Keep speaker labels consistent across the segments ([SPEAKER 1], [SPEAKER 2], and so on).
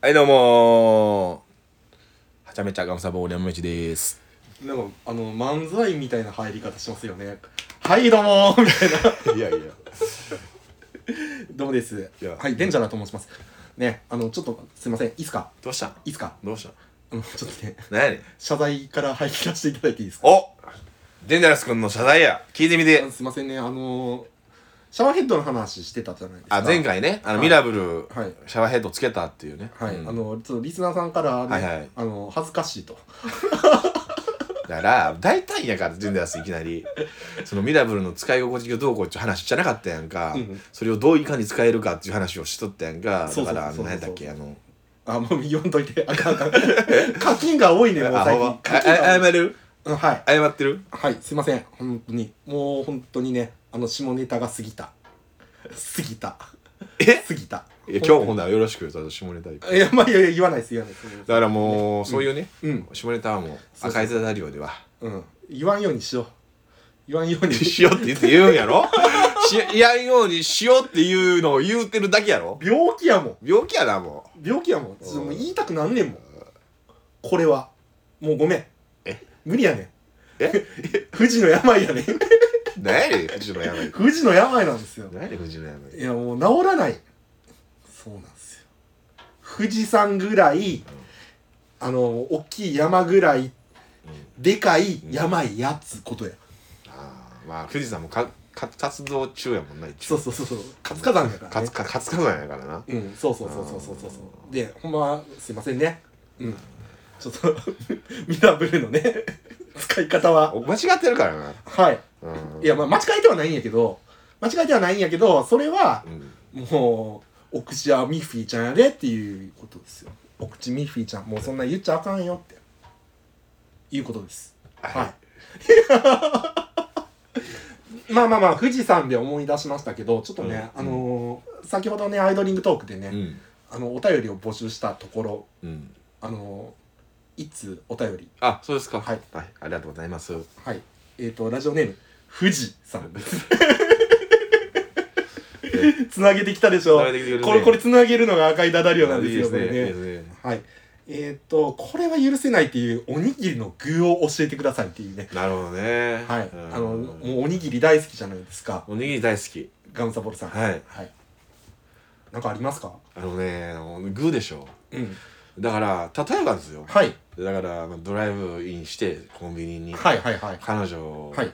[SPEAKER 1] はいどうもーはちゃめちゃがんさぼうりゃむめちです
[SPEAKER 2] なんかあの漫才みたいな入り方しますよね。はいどうもーみ たいな。
[SPEAKER 1] いやいや
[SPEAKER 2] どうもです
[SPEAKER 1] いや。
[SPEAKER 2] はい、デンジャラと申します。ね、あのちょっとすいません。いいっすか。
[SPEAKER 1] どうした
[SPEAKER 2] いいっすか。
[SPEAKER 1] どうした
[SPEAKER 2] あのちょっとね、
[SPEAKER 1] 何やねん
[SPEAKER 2] 謝罪から入らせていただいていいですか。
[SPEAKER 1] おデンジャラス君の謝罪や聞いてみて
[SPEAKER 2] すいませんね、あのーシャワーヘッドの話してたじゃないですか。
[SPEAKER 1] あ前。回ねあの、
[SPEAKER 2] はい
[SPEAKER 1] ミラブル、
[SPEAKER 2] はい
[SPEAKER 1] シャワーヘッドつけたっていうね
[SPEAKER 2] はい、
[SPEAKER 1] うん
[SPEAKER 2] あのちょっとリスナーさんからね、
[SPEAKER 1] はいはい
[SPEAKER 2] あの恥ずかしいと。
[SPEAKER 1] だから大体やからデンジャラスいきな りそのミラブルの使い心地がどうこうっていう話じゃなかったやんか、
[SPEAKER 2] うんうん
[SPEAKER 1] それをどういかに使えるかっていう話をしとったやんか
[SPEAKER 2] そ
[SPEAKER 1] だか
[SPEAKER 2] うそうそう
[SPEAKER 1] らあの
[SPEAKER 2] そうそう
[SPEAKER 1] 何やったっけあの
[SPEAKER 2] あ、もう読んどいて。あかんあかん。課金が多いね、もう
[SPEAKER 1] あ
[SPEAKER 2] 最
[SPEAKER 1] ほんま
[SPEAKER 2] 近。
[SPEAKER 1] あ
[SPEAKER 2] 課金が多い
[SPEAKER 1] あ謝る
[SPEAKER 2] うんはい。
[SPEAKER 1] 謝ってる
[SPEAKER 2] はい、すいません。本当に。もう本当にね、あの、下ネタが過ぎた。過ぎた。
[SPEAKER 1] え
[SPEAKER 2] 過ぎた。
[SPEAKER 1] いや今日もほんならよろしくよその下ネタ行く
[SPEAKER 2] いや、まあ、いやいや、言わないです、言わないです。
[SPEAKER 1] だからもう、そういうね、
[SPEAKER 2] うん、
[SPEAKER 1] 下ネタはもう
[SPEAKER 2] そうそう
[SPEAKER 1] 赤いザリオでは
[SPEAKER 2] うん。言わんようにしよう。言わんように。
[SPEAKER 1] しようって言って言うんやろしやんようにしようっていうのを言うてるだけや ろ
[SPEAKER 2] 病気やもん。
[SPEAKER 1] 病気やなも
[SPEAKER 2] 病気やもん。ちょっともう言いたくなんねんもん。これは。もうごめん。
[SPEAKER 1] え
[SPEAKER 2] 無理やねん。
[SPEAKER 1] え
[SPEAKER 2] 富士の病やねん。
[SPEAKER 1] う何やねん藤野山に
[SPEAKER 2] 富士の病なんですよ。
[SPEAKER 1] 何やねん藤野山
[SPEAKER 2] い
[SPEAKER 1] に
[SPEAKER 2] や、もう治らない。そうなんですよ。富士山ぐらい、あの、大きい山ぐらい、でかい山やっつことや。
[SPEAKER 1] あーまあ富士山もかか活動中やもんな一
[SPEAKER 2] そ
[SPEAKER 1] 応
[SPEAKER 2] うそうそうそう。活火山やから、
[SPEAKER 1] 活
[SPEAKER 2] ね。
[SPEAKER 1] か活火山やからな
[SPEAKER 2] うん、そうそうそうそうそうそうそう。で、ほんますいませんね。うん。ちょっと、 ミラブルのね、使い方は。
[SPEAKER 1] お間違ってるからな
[SPEAKER 2] はい。
[SPEAKER 1] うん
[SPEAKER 2] いや、まあ、間違えてはないんやけど、間違えてはないんやけど、それは
[SPEAKER 1] う、ん
[SPEAKER 2] もう、お口はミッフィーちゃんやでっていうことですよ。お口ミッフィーちゃん、もうそんな言っちゃあかんよって。いうことです。
[SPEAKER 1] は
[SPEAKER 2] はい。 まあまあまあ、富士山で思い出しましたけど、ちょっとね、
[SPEAKER 1] うん
[SPEAKER 2] あのー先ほどね、アイドリングトークで
[SPEAKER 1] い
[SPEAKER 2] ね、
[SPEAKER 1] うん
[SPEAKER 2] あの、お便りを募集したところ、
[SPEAKER 1] うん
[SPEAKER 2] あのー、いつお便り、
[SPEAKER 1] あそうですか
[SPEAKER 2] はい、
[SPEAKER 1] ありがとうございます
[SPEAKER 2] はい。えっ、と、ラジオネーム、富士さんです。 つなげてきたでしょ。
[SPEAKER 1] 繋げてきてくれてね
[SPEAKER 2] これ、これつなげるのが赤いダダリオなんですよ、
[SPEAKER 1] いい
[SPEAKER 2] これね
[SPEAKER 1] いいですね
[SPEAKER 2] はい。えっ、と、これは許せないっていう、おにぎりの具を教えてくださいっていうね。
[SPEAKER 1] なるほどね
[SPEAKER 2] はい。
[SPEAKER 1] うん
[SPEAKER 2] あの、もうおにぎり大好きじゃないですか。
[SPEAKER 1] おにぎり大好き
[SPEAKER 2] ガムサボルさん。
[SPEAKER 1] はい
[SPEAKER 2] はい。なんかありますか
[SPEAKER 1] あのねあのグーでしょ
[SPEAKER 2] うん。
[SPEAKER 1] だから例えばですよ
[SPEAKER 2] はい。
[SPEAKER 1] だからまあドライブインしてコンビニに
[SPEAKER 2] はいはいはい。
[SPEAKER 1] 彼女
[SPEAKER 2] はい。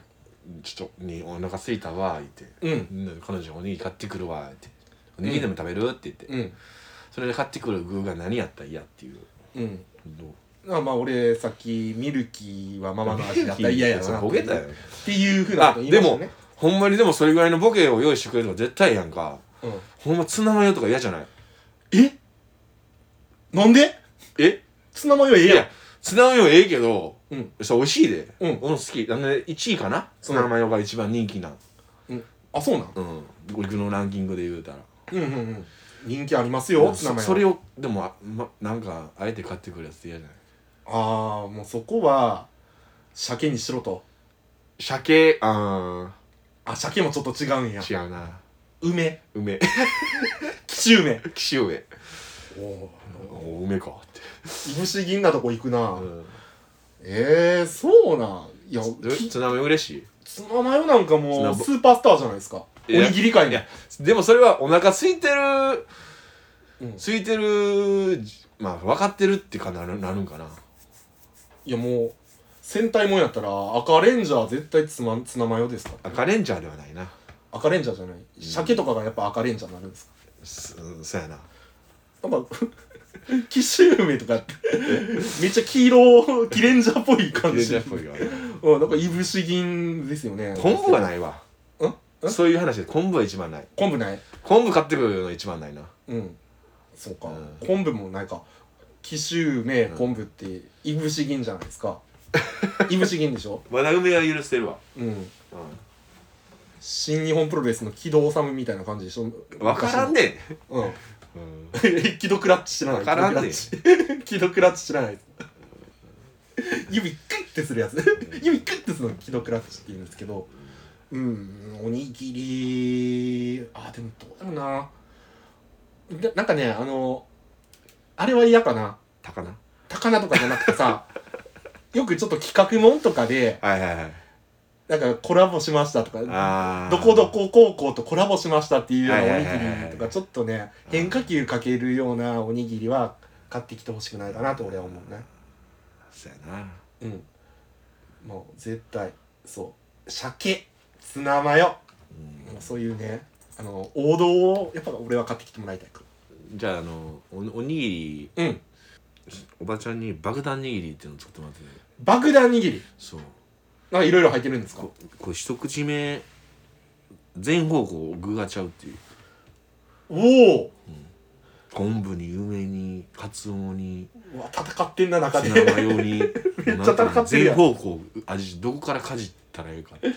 [SPEAKER 1] ちょっとにお腹すいたわ言って
[SPEAKER 2] うん。
[SPEAKER 1] うん彼女おにぎり買ってくるわっておにぎりでも食べるって言って
[SPEAKER 2] うん。
[SPEAKER 1] それで買ってくる具が何やったら嫌っていう
[SPEAKER 2] うん。
[SPEAKER 1] どう
[SPEAKER 2] あまあ俺さっきミルキーはママの味だったら嫌やな
[SPEAKER 1] それボケたよ
[SPEAKER 2] っていうふうなこと言いましたね
[SPEAKER 1] ほんまにでもそれぐらいのボケを用意してくれるのが絶対やんか
[SPEAKER 2] うん
[SPEAKER 1] ほんまツナマヨとか嫌じゃない
[SPEAKER 2] えなんで
[SPEAKER 1] え
[SPEAKER 2] ツナマヨええ
[SPEAKER 1] い
[SPEAKER 2] やん
[SPEAKER 1] やツナマヨええけど
[SPEAKER 2] うん
[SPEAKER 1] そう美味しいで
[SPEAKER 2] うん
[SPEAKER 1] 俺も好きなんで1位かなツナマヨが一番人気なん
[SPEAKER 2] あそうなん
[SPEAKER 1] うん僕のランキングで言うたら
[SPEAKER 2] うんうんうん人気ありますよ
[SPEAKER 1] うん
[SPEAKER 2] ツナマヨ
[SPEAKER 1] そそれをでもあ、ま、なんかあえて買ってくるやつって嫌じゃない
[SPEAKER 2] ああもうそこは鮭にしろと
[SPEAKER 1] 鮭あ
[SPEAKER 2] あ鮭もちょっと違うんや
[SPEAKER 1] ー違うな
[SPEAKER 2] 梅
[SPEAKER 1] 梅
[SPEAKER 2] 紀州梅
[SPEAKER 1] 紀州梅
[SPEAKER 2] おお
[SPEAKER 1] お梅かって、
[SPEAKER 2] いぶし銀なとこ行くな、
[SPEAKER 1] うん、
[SPEAKER 2] ええー、そうなんいやき
[SPEAKER 1] 津波嬉し
[SPEAKER 2] ツナマヨなん
[SPEAKER 1] ツ
[SPEAKER 2] かも
[SPEAKER 1] ナ
[SPEAKER 2] う
[SPEAKER 1] ボ
[SPEAKER 2] スーパースターじゃないですかお
[SPEAKER 1] いや
[SPEAKER 2] にぎり界
[SPEAKER 1] い
[SPEAKER 2] に
[SPEAKER 1] やいでもそれはお腹空いてる
[SPEAKER 2] うん
[SPEAKER 1] 空いてるまあ分かってるってかなるなるんかない
[SPEAKER 2] やもう戦隊もんやったら赤レンジャー絶対ツマツナマヨですから、ね、
[SPEAKER 1] 赤レンジャーではないな
[SPEAKER 2] 赤レンジャーじゃない鮭とかがやっぱ赤レンジャーになるんです
[SPEAKER 1] そそやな
[SPEAKER 2] かなんか 紀州梅とかってめっちゃ黄色キレンジャーっぽい感
[SPEAKER 1] レン
[SPEAKER 2] じ
[SPEAKER 1] ジャーっぽいわ
[SPEAKER 2] うんなんかいぶし銀ですよね
[SPEAKER 1] 昆布が
[SPEAKER 2] ない
[SPEAKER 1] ないわ
[SPEAKER 2] んん
[SPEAKER 1] そういう話で昆布は一番ない
[SPEAKER 2] 昆布ない
[SPEAKER 1] 昆布買ってくるの一番ないな
[SPEAKER 2] うんそうか、
[SPEAKER 1] うん
[SPEAKER 2] 昆布もないか紀州梅昆布っていぶし銀じゃないですかいぶし銀でしょ
[SPEAKER 1] まだ梅は許してるわ
[SPEAKER 2] うん
[SPEAKER 1] う
[SPEAKER 2] 新日本プロレスの木戸治みたいな感じでしょ
[SPEAKER 1] ん分からんね
[SPEAKER 2] うん
[SPEAKER 1] ん、うん
[SPEAKER 2] キドクラッチ知らない
[SPEAKER 1] わからんねん
[SPEAKER 2] キドクラッチ知らない指クッてするやつ指クッてするのキドクラッチって言うんですけどうんおにぎりあでもどうやろうなでなんかねあのあれは嫌かな
[SPEAKER 1] 高菜
[SPEAKER 2] 高菜とかじゃなくて さよくちょっと企画もんとかで
[SPEAKER 1] はいはいはい
[SPEAKER 2] なんかコラボしましたとか
[SPEAKER 1] あー
[SPEAKER 2] どこどこ高校とコラボしましたっていうようなおにぎ
[SPEAKER 1] はいはいはいは
[SPEAKER 2] り
[SPEAKER 1] い
[SPEAKER 2] とかちょっとね変化球かけるようなおにぎりは買ってきてほしくないかなと俺は思うね
[SPEAKER 1] そうやな
[SPEAKER 2] うんもう絶対そう鮭ツナマヨ
[SPEAKER 1] うん
[SPEAKER 2] もうそういうねあの王道をやっぱ俺は買ってきてもらいたいか
[SPEAKER 1] じゃああのおおにぎり
[SPEAKER 2] らうん
[SPEAKER 1] おばちゃんに爆弾握りっていうのを作ってもらって
[SPEAKER 2] 爆弾握り
[SPEAKER 1] そう
[SPEAKER 2] なんかいろいろ入ってるんですか
[SPEAKER 1] ここれ一口目全方向具がちゃうっていう
[SPEAKER 2] おお
[SPEAKER 1] 昆布に梅にカツオに
[SPEAKER 2] うわ戦ってんな中
[SPEAKER 1] ツ
[SPEAKER 2] で
[SPEAKER 1] ナマヨに
[SPEAKER 2] めっちゃ戦ってるやん
[SPEAKER 1] 全方向味どこからかじったらいいかっていう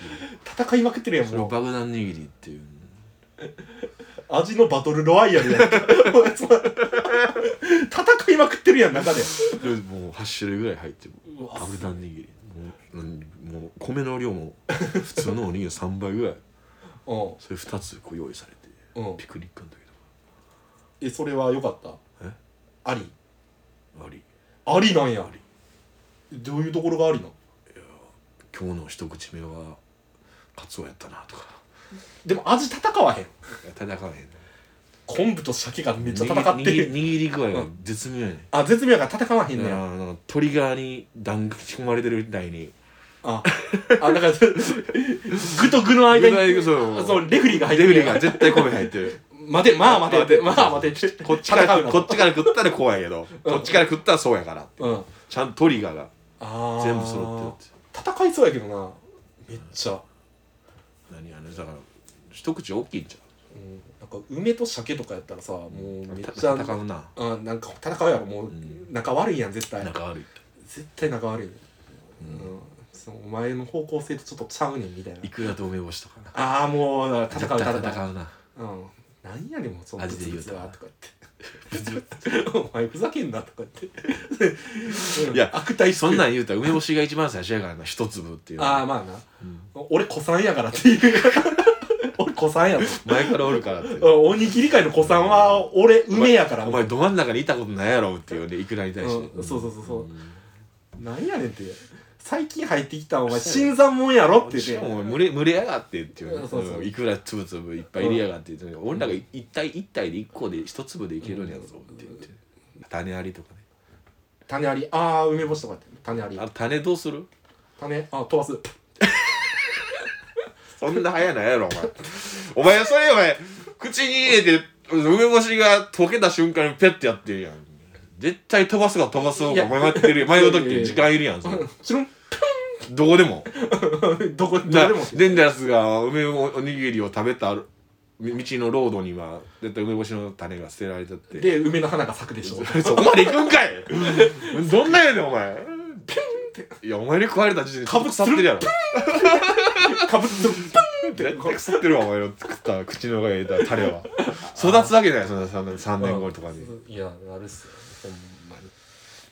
[SPEAKER 2] 戦いまくってるやん
[SPEAKER 1] それを
[SPEAKER 2] もう
[SPEAKER 1] 爆弾握りっていう
[SPEAKER 2] 味のバトルロワイヤルやん おいつま戦いまくってるやん中で
[SPEAKER 1] でもう8種類ぐらい入ってる
[SPEAKER 2] うわ
[SPEAKER 1] 爆弾握りもううんもう米の量も普通のおにぎりの3倍ぐらい
[SPEAKER 2] うん
[SPEAKER 1] それ2つこう用意されて
[SPEAKER 2] うん
[SPEAKER 1] ピクニックの時
[SPEAKER 2] えそれは良かった
[SPEAKER 1] え
[SPEAKER 2] あり
[SPEAKER 1] とかあり
[SPEAKER 2] ありなんやどういうところがありなん
[SPEAKER 1] 今日の一口目はカツオやったなとか
[SPEAKER 2] でも味戦わへん
[SPEAKER 1] 戦わへん
[SPEAKER 2] 昆布と鮭がめっちゃ戦って
[SPEAKER 1] 握り
[SPEAKER 2] る
[SPEAKER 1] 握り具合が絶妙やね、ん
[SPEAKER 2] あ絶妙やから戦わへん
[SPEAKER 1] だ
[SPEAKER 2] の
[SPEAKER 1] か
[SPEAKER 2] や
[SPEAKER 1] らあのトリガーに弾が仕込まれてるみたいに
[SPEAKER 2] ああだから具と具の間
[SPEAKER 1] 具
[SPEAKER 2] に
[SPEAKER 1] がそう
[SPEAKER 2] そうレフェリーが入っ
[SPEAKER 1] レ
[SPEAKER 2] て
[SPEAKER 1] ベ
[SPEAKER 2] るや
[SPEAKER 1] ル
[SPEAKER 2] ん
[SPEAKER 1] が絶対米入って る
[SPEAKER 2] 待てまあ待てまあ待て
[SPEAKER 1] こっちから
[SPEAKER 2] 戦うな
[SPEAKER 1] こっちから食ったら怖いけどこっちから食ったらそうやからって
[SPEAKER 2] うんあ
[SPEAKER 1] ちゃんとトリガーが
[SPEAKER 2] あ
[SPEAKER 1] 全部揃ってるって
[SPEAKER 2] 戦いそうやけどなめっちゃ、
[SPEAKER 1] て何あのだから一口大きいんちゃ
[SPEAKER 2] うん、なんか梅と鮭とかやったらさもう
[SPEAKER 1] う
[SPEAKER 2] めっ
[SPEAKER 1] た
[SPEAKER 2] ちゃ
[SPEAKER 1] 戦うな
[SPEAKER 2] うん、なんか戦うやろもう、
[SPEAKER 1] ん
[SPEAKER 2] 仲悪いやん絶対
[SPEAKER 1] 仲悪い
[SPEAKER 2] 絶対仲悪い、うんそのお前の方向性とちょっとちゃうねんみたいない
[SPEAKER 1] くらと梅干しとかな
[SPEAKER 2] ああもうだから戦う
[SPEAKER 1] 絶対
[SPEAKER 2] 戦う
[SPEAKER 1] 戦うな
[SPEAKER 2] うんなんやねんもうその
[SPEAKER 1] 味で言う
[SPEAKER 2] ブツ
[SPEAKER 1] と
[SPEAKER 2] ブツはとか言って お前ふざけんなとか言って
[SPEAKER 1] いや
[SPEAKER 2] 悪態つく
[SPEAKER 1] そんなん言うたら梅干しが一番最初やからな一粒っていうの
[SPEAKER 2] ああまあな、俺古参やからっていう俺古参やと
[SPEAKER 1] 前からおるからって
[SPEAKER 2] うんおにぎり界の古参は俺梅やから
[SPEAKER 1] お前ど真ん中にいたことないやろっていうねいくらに対して、
[SPEAKER 2] うんそうそうそうそうんなんやねんって最近入ってきたお前新参もんやろって
[SPEAKER 1] し
[SPEAKER 2] 言
[SPEAKER 1] か
[SPEAKER 2] って
[SPEAKER 1] もお前群れ群れやがってっていう,、
[SPEAKER 2] う
[SPEAKER 1] ね
[SPEAKER 2] んそうそう
[SPEAKER 1] うんいくら粒々いっぱい入れやがってって、俺らが一体一体で一個で一粒でいけるんやぞって言って、種ありとかね
[SPEAKER 2] 種ありああ梅干しとかやって種あり
[SPEAKER 1] あ種どうする
[SPEAKER 2] 種あ飛ばす
[SPEAKER 1] そんな早ないやろお前お前それお前口に入れて梅干しが溶けた瞬間にペッてやってるやん絶対飛ばすか飛ばすのか迷ってる迷う時って時間いるやんそれ
[SPEAKER 2] シュ
[SPEAKER 1] どこでも
[SPEAKER 2] ルン どこどこ
[SPEAKER 1] だ
[SPEAKER 2] でも
[SPEAKER 1] デンジャラスが梅おにぎりを食べたみ道のロードには絶対梅干しの種が捨てられちゃって
[SPEAKER 2] で梅の花が咲くでしょ
[SPEAKER 1] そこまで行くんかいどんなんやねんお前いやお前に食われた時点で
[SPEAKER 2] かぶ
[SPEAKER 1] 腐ってるやろ
[SPEAKER 2] かぶってる
[SPEAKER 1] 絶対腐ってるわお前の食った口の上に入れた種は育つわけじゃないそんな 3, 年後とかに
[SPEAKER 2] いやあるっすよほんまに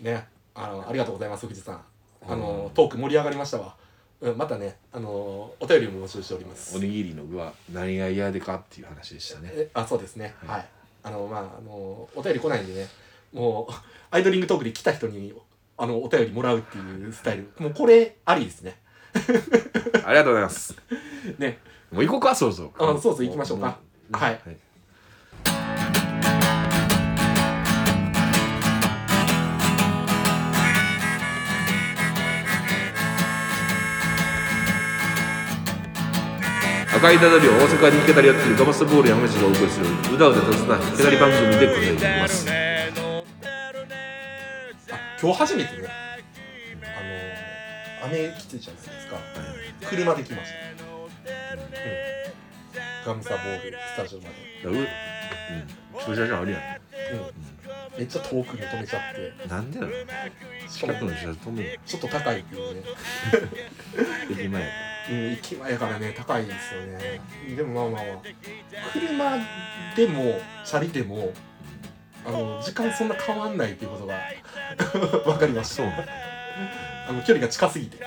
[SPEAKER 2] ねあのありがとうございます藤井さんあのトーク盛り上がりましたわ、うん、またねあのお便りも募集しております
[SPEAKER 1] おにぎりの具は何が嫌でかっていう話でしたね
[SPEAKER 2] えあそうですねはい、あのまああのお便り来ないんでねもう アイドリングトークで来た人にあのお便りもらうっていうスタイルもうこれありですね
[SPEAKER 1] ありがとうございます
[SPEAKER 2] ね
[SPEAKER 1] もう行こうかそうそう
[SPEAKER 2] あそうそう行きましょうかはい
[SPEAKER 1] い赤いダダリを大阪に行けたりやってるガマスタボール山道がお送りするうだうだ雑なひけたり番組でございます
[SPEAKER 2] あ今日初めてねあの雨きついじゃないですか車で来ました、うん、ガムサボールスタジオまで、
[SPEAKER 1] う、うん、駐車場あるや
[SPEAKER 2] うん、めっちゃ遠くに止めちゃって
[SPEAKER 1] んなんでなの
[SPEAKER 2] し
[SPEAKER 1] 近
[SPEAKER 2] か
[SPEAKER 1] く
[SPEAKER 2] も
[SPEAKER 1] の駐車場止める
[SPEAKER 2] ちょっと高いっていうね、
[SPEAKER 1] 駅前
[SPEAKER 2] うん、駅前やからね高いんですよねでもまあまあまあ車でもチャリでもあの時間そんな変わんないっていうことが わかりました
[SPEAKER 1] そうなの
[SPEAKER 2] あの距離が近すぎて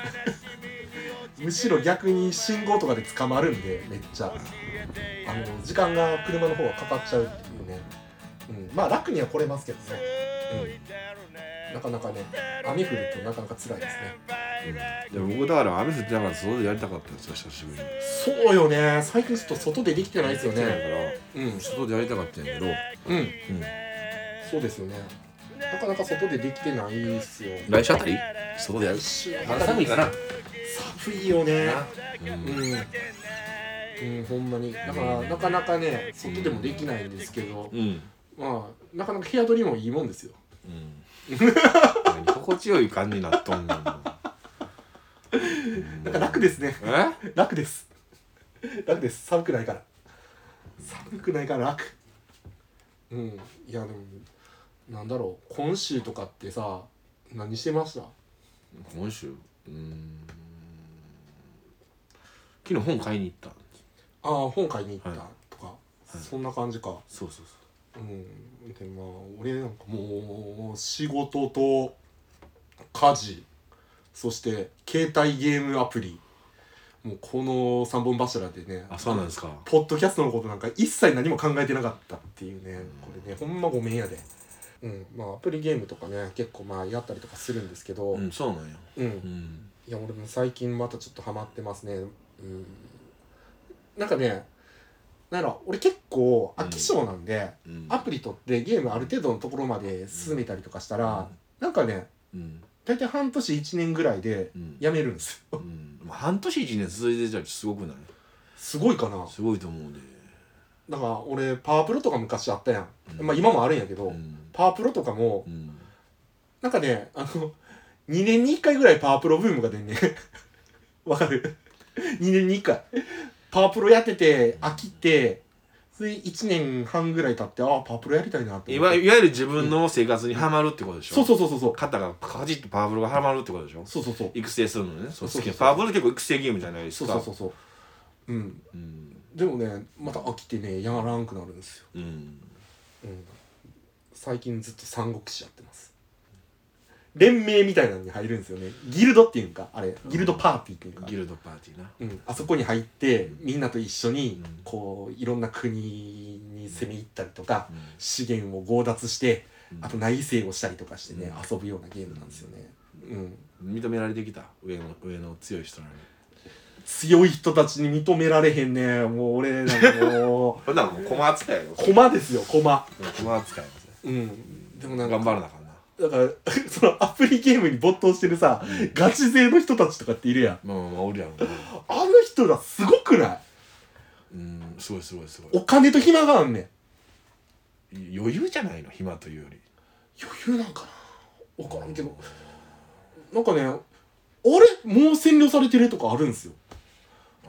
[SPEAKER 2] むしろ逆に信号とかで捕まるんでめっちゃあの時間が車の方がかかっちゃうっていうね、うん、まあ楽には来れますけどねなかなかね雨降るとなかなか辛いですね
[SPEAKER 1] でも僕だから雨降ってながら外でやりたかったんですよ久しぶりに
[SPEAKER 2] そうよね最近ちょっと外でできてないですよ
[SPEAKER 1] だか
[SPEAKER 2] ね
[SPEAKER 1] ら
[SPEAKER 2] うん
[SPEAKER 1] 外でやりたかったんやけど、
[SPEAKER 2] うん
[SPEAKER 1] うん、
[SPEAKER 2] そうですよねなかなか外でできてないですよ
[SPEAKER 1] 来週あたり外でやる
[SPEAKER 2] 来週
[SPEAKER 1] まだ寒いかな
[SPEAKER 2] 寒いよね
[SPEAKER 1] うん
[SPEAKER 2] うん、うん、ほんまにだからなかなかね外でもできないんですけど
[SPEAKER 1] うん、
[SPEAKER 2] まあなかなか部屋取りもいいもんですよ
[SPEAKER 1] うん、何心地よい感じになっとんねんもう
[SPEAKER 2] なんか楽ですね
[SPEAKER 1] え
[SPEAKER 2] 楽です楽です寒くないから寒くないから楽うんいやでもなんだろう今週とかってさ何してました
[SPEAKER 1] 今週うーん昨日本買いに行った
[SPEAKER 2] ああ本買いに行った
[SPEAKER 1] はい
[SPEAKER 2] とか、そんな感じか
[SPEAKER 1] そうそう
[SPEAKER 2] うんでまあ俺なんかもう仕事と家事そして携帯ゲームアプリもうこの3本柱で
[SPEAKER 1] そ
[SPEAKER 2] ね
[SPEAKER 1] うあそうなんですか
[SPEAKER 2] ポッドキャストのことなんか一切何も考えてなかったっていうねこれねほんまごめんやでうんまあアプリゲームとかね結構まあやったりとかするんですけど
[SPEAKER 1] う
[SPEAKER 2] う、
[SPEAKER 1] んんそうなんや
[SPEAKER 2] い
[SPEAKER 1] うん
[SPEAKER 2] や俺も最近またちょっとハマってますねうんなんかねなんやろ俺結構飽き性なんで、
[SPEAKER 1] うん
[SPEAKER 2] アプリ取ってゲームある程度のところまで進めたりとかしたら、なんかね
[SPEAKER 1] うん
[SPEAKER 2] 大体半年1年ぐらいで
[SPEAKER 1] うん
[SPEAKER 2] やめるんですよ
[SPEAKER 1] うんまあ半年一年続いてたらすごくない
[SPEAKER 2] すごいかな
[SPEAKER 1] すごいと思うで
[SPEAKER 2] だから俺パワープロとか昔あったやん、
[SPEAKER 1] うん
[SPEAKER 2] まあ今もあるんやけど、
[SPEAKER 1] うん
[SPEAKER 2] パワープロとかも
[SPEAKER 1] うん
[SPEAKER 2] なんかねあの2年に1回ぐらいパワープロブームが出ん ねんわかる 2年に1回パワープロやってて飽きてそれ1年半ぐらい経ってああパワープロやりたいなって
[SPEAKER 1] い
[SPEAKER 2] 思っ
[SPEAKER 1] わ
[SPEAKER 2] て
[SPEAKER 1] いわゆる自分の生活にはまるってことでしょ
[SPEAKER 2] そうそうそうそうそう
[SPEAKER 1] 肩がカチッとパワフルがはまるってことでしょ
[SPEAKER 2] そうそうそう
[SPEAKER 1] 育成するのねそう
[SPEAKER 2] そうそうそう
[SPEAKER 1] パワフル結構育成ゲームじゃないです
[SPEAKER 2] そう
[SPEAKER 1] か
[SPEAKER 2] そうそうそううん
[SPEAKER 1] うん
[SPEAKER 2] でもねまた飽きてねやらんくなるんですよ、
[SPEAKER 1] うん
[SPEAKER 2] うん、最近ずっと三国志やってます連盟みたいなのに入るんですよねギルドっていうんかあれギルドパーティーっていうか、
[SPEAKER 1] ギルドパーティーな
[SPEAKER 2] うん、あそこに入ってみんなと一緒に
[SPEAKER 1] うん
[SPEAKER 2] こういろんな国に攻め入ったりとか
[SPEAKER 1] うん
[SPEAKER 2] 資源を強奪して
[SPEAKER 1] うん
[SPEAKER 2] あと内政をしたりとかしてね
[SPEAKER 1] う
[SPEAKER 2] 遊ぶようなゲームなんですよね、うん、
[SPEAKER 1] 認められてきた上の上の強い人なのに
[SPEAKER 2] 強い人たちに認められへんねもう俺なんか も
[SPEAKER 1] これならもう駒扱いやろ
[SPEAKER 2] う駒ですよ駒
[SPEAKER 1] 駒扱いや
[SPEAKER 2] うんでも
[SPEAKER 1] ろ
[SPEAKER 2] なんか
[SPEAKER 1] 頑張らなあかんな
[SPEAKER 2] だからそのアプリゲームに没頭してるさ、ガチ勢の人たちとかっているやん
[SPEAKER 1] まあまあまあおるやろうな
[SPEAKER 2] あの人らすごくない
[SPEAKER 1] うんすごいすごいすご
[SPEAKER 2] お金と暇があんねん
[SPEAKER 1] い余裕じゃないの暇というより
[SPEAKER 2] 余裕なんかな分からんけどなんかねあれもう占領されてるとかあるんですよ
[SPEAKER 1] ああ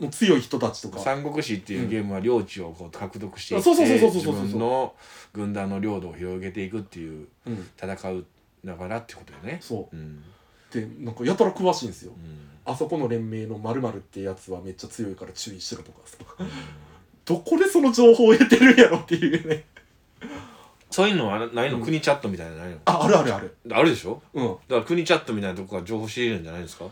[SPEAKER 2] もう強い人たちとか
[SPEAKER 1] 三国志っていうゲームは領地をこう獲得していっ
[SPEAKER 2] そうそうそう
[SPEAKER 1] て
[SPEAKER 2] そうそう
[SPEAKER 1] 自
[SPEAKER 2] そうそう
[SPEAKER 1] 分の軍団の領土を広げていくっていう
[SPEAKER 2] うん
[SPEAKER 1] 戦うながらってことよね
[SPEAKER 2] そ
[SPEAKER 1] うん
[SPEAKER 2] うでなんかやたら詳しいんですよ
[SPEAKER 1] うん
[SPEAKER 2] あそこの連盟の〇〇ってやつはめっちゃ強いから注意しろとかさどこでその情報を得てるんやろっていうね
[SPEAKER 1] そういうのはないの、
[SPEAKER 2] うん
[SPEAKER 1] 国チャットみたいなのないの
[SPEAKER 2] ああるあるある
[SPEAKER 1] あるでしょ
[SPEAKER 2] うん
[SPEAKER 1] だから国チャットみたいなとこから情報仕入れるんじゃないですか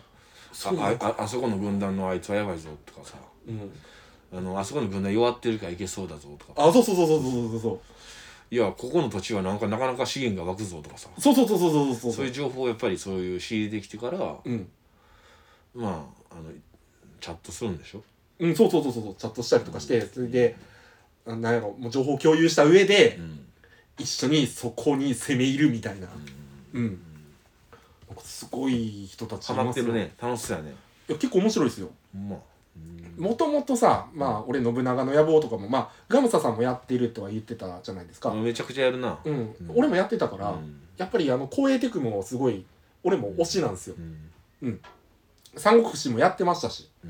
[SPEAKER 2] そう
[SPEAKER 1] ああああそこの軍団のあいつはやばいぞとかさ
[SPEAKER 2] うん
[SPEAKER 1] あのあそこの軍団弱ってるからいけそうだぞとか
[SPEAKER 2] あそうそうそうそうそうそうそう
[SPEAKER 1] いやここの土地はなんかなかなか資源が湧くぞとかさ
[SPEAKER 2] そうそうそうそうそうそう
[SPEAKER 1] そういう情報をやっぱりそういう仕入れてきてから
[SPEAKER 2] うん、
[SPEAKER 1] まああのチャットするんでしょ
[SPEAKER 2] うん、そうそうそうそうチャットしたりとかしてそれであなんやろもう情報共有した上で、
[SPEAKER 1] うん
[SPEAKER 2] 一緒にそこに攻め入るみたいなうん、なんかすごい人たち
[SPEAKER 1] ハ
[SPEAKER 2] い
[SPEAKER 1] マっ
[SPEAKER 2] ます
[SPEAKER 1] て
[SPEAKER 2] よ
[SPEAKER 1] るね楽しそうやね
[SPEAKER 2] いや結構面白いですよ
[SPEAKER 1] ほんま
[SPEAKER 2] もともとさまあ俺信長の野望とかもまあガムサさんもやってるとは言ってたじゃないですか
[SPEAKER 1] あめちゃくちゃやるな
[SPEAKER 2] うん、
[SPEAKER 1] うん
[SPEAKER 2] 俺もやってたから、
[SPEAKER 1] うん
[SPEAKER 2] やっぱりあの光栄テクもすごい俺も推しなんですよ
[SPEAKER 1] うん
[SPEAKER 2] 三国志もやってましたし
[SPEAKER 1] う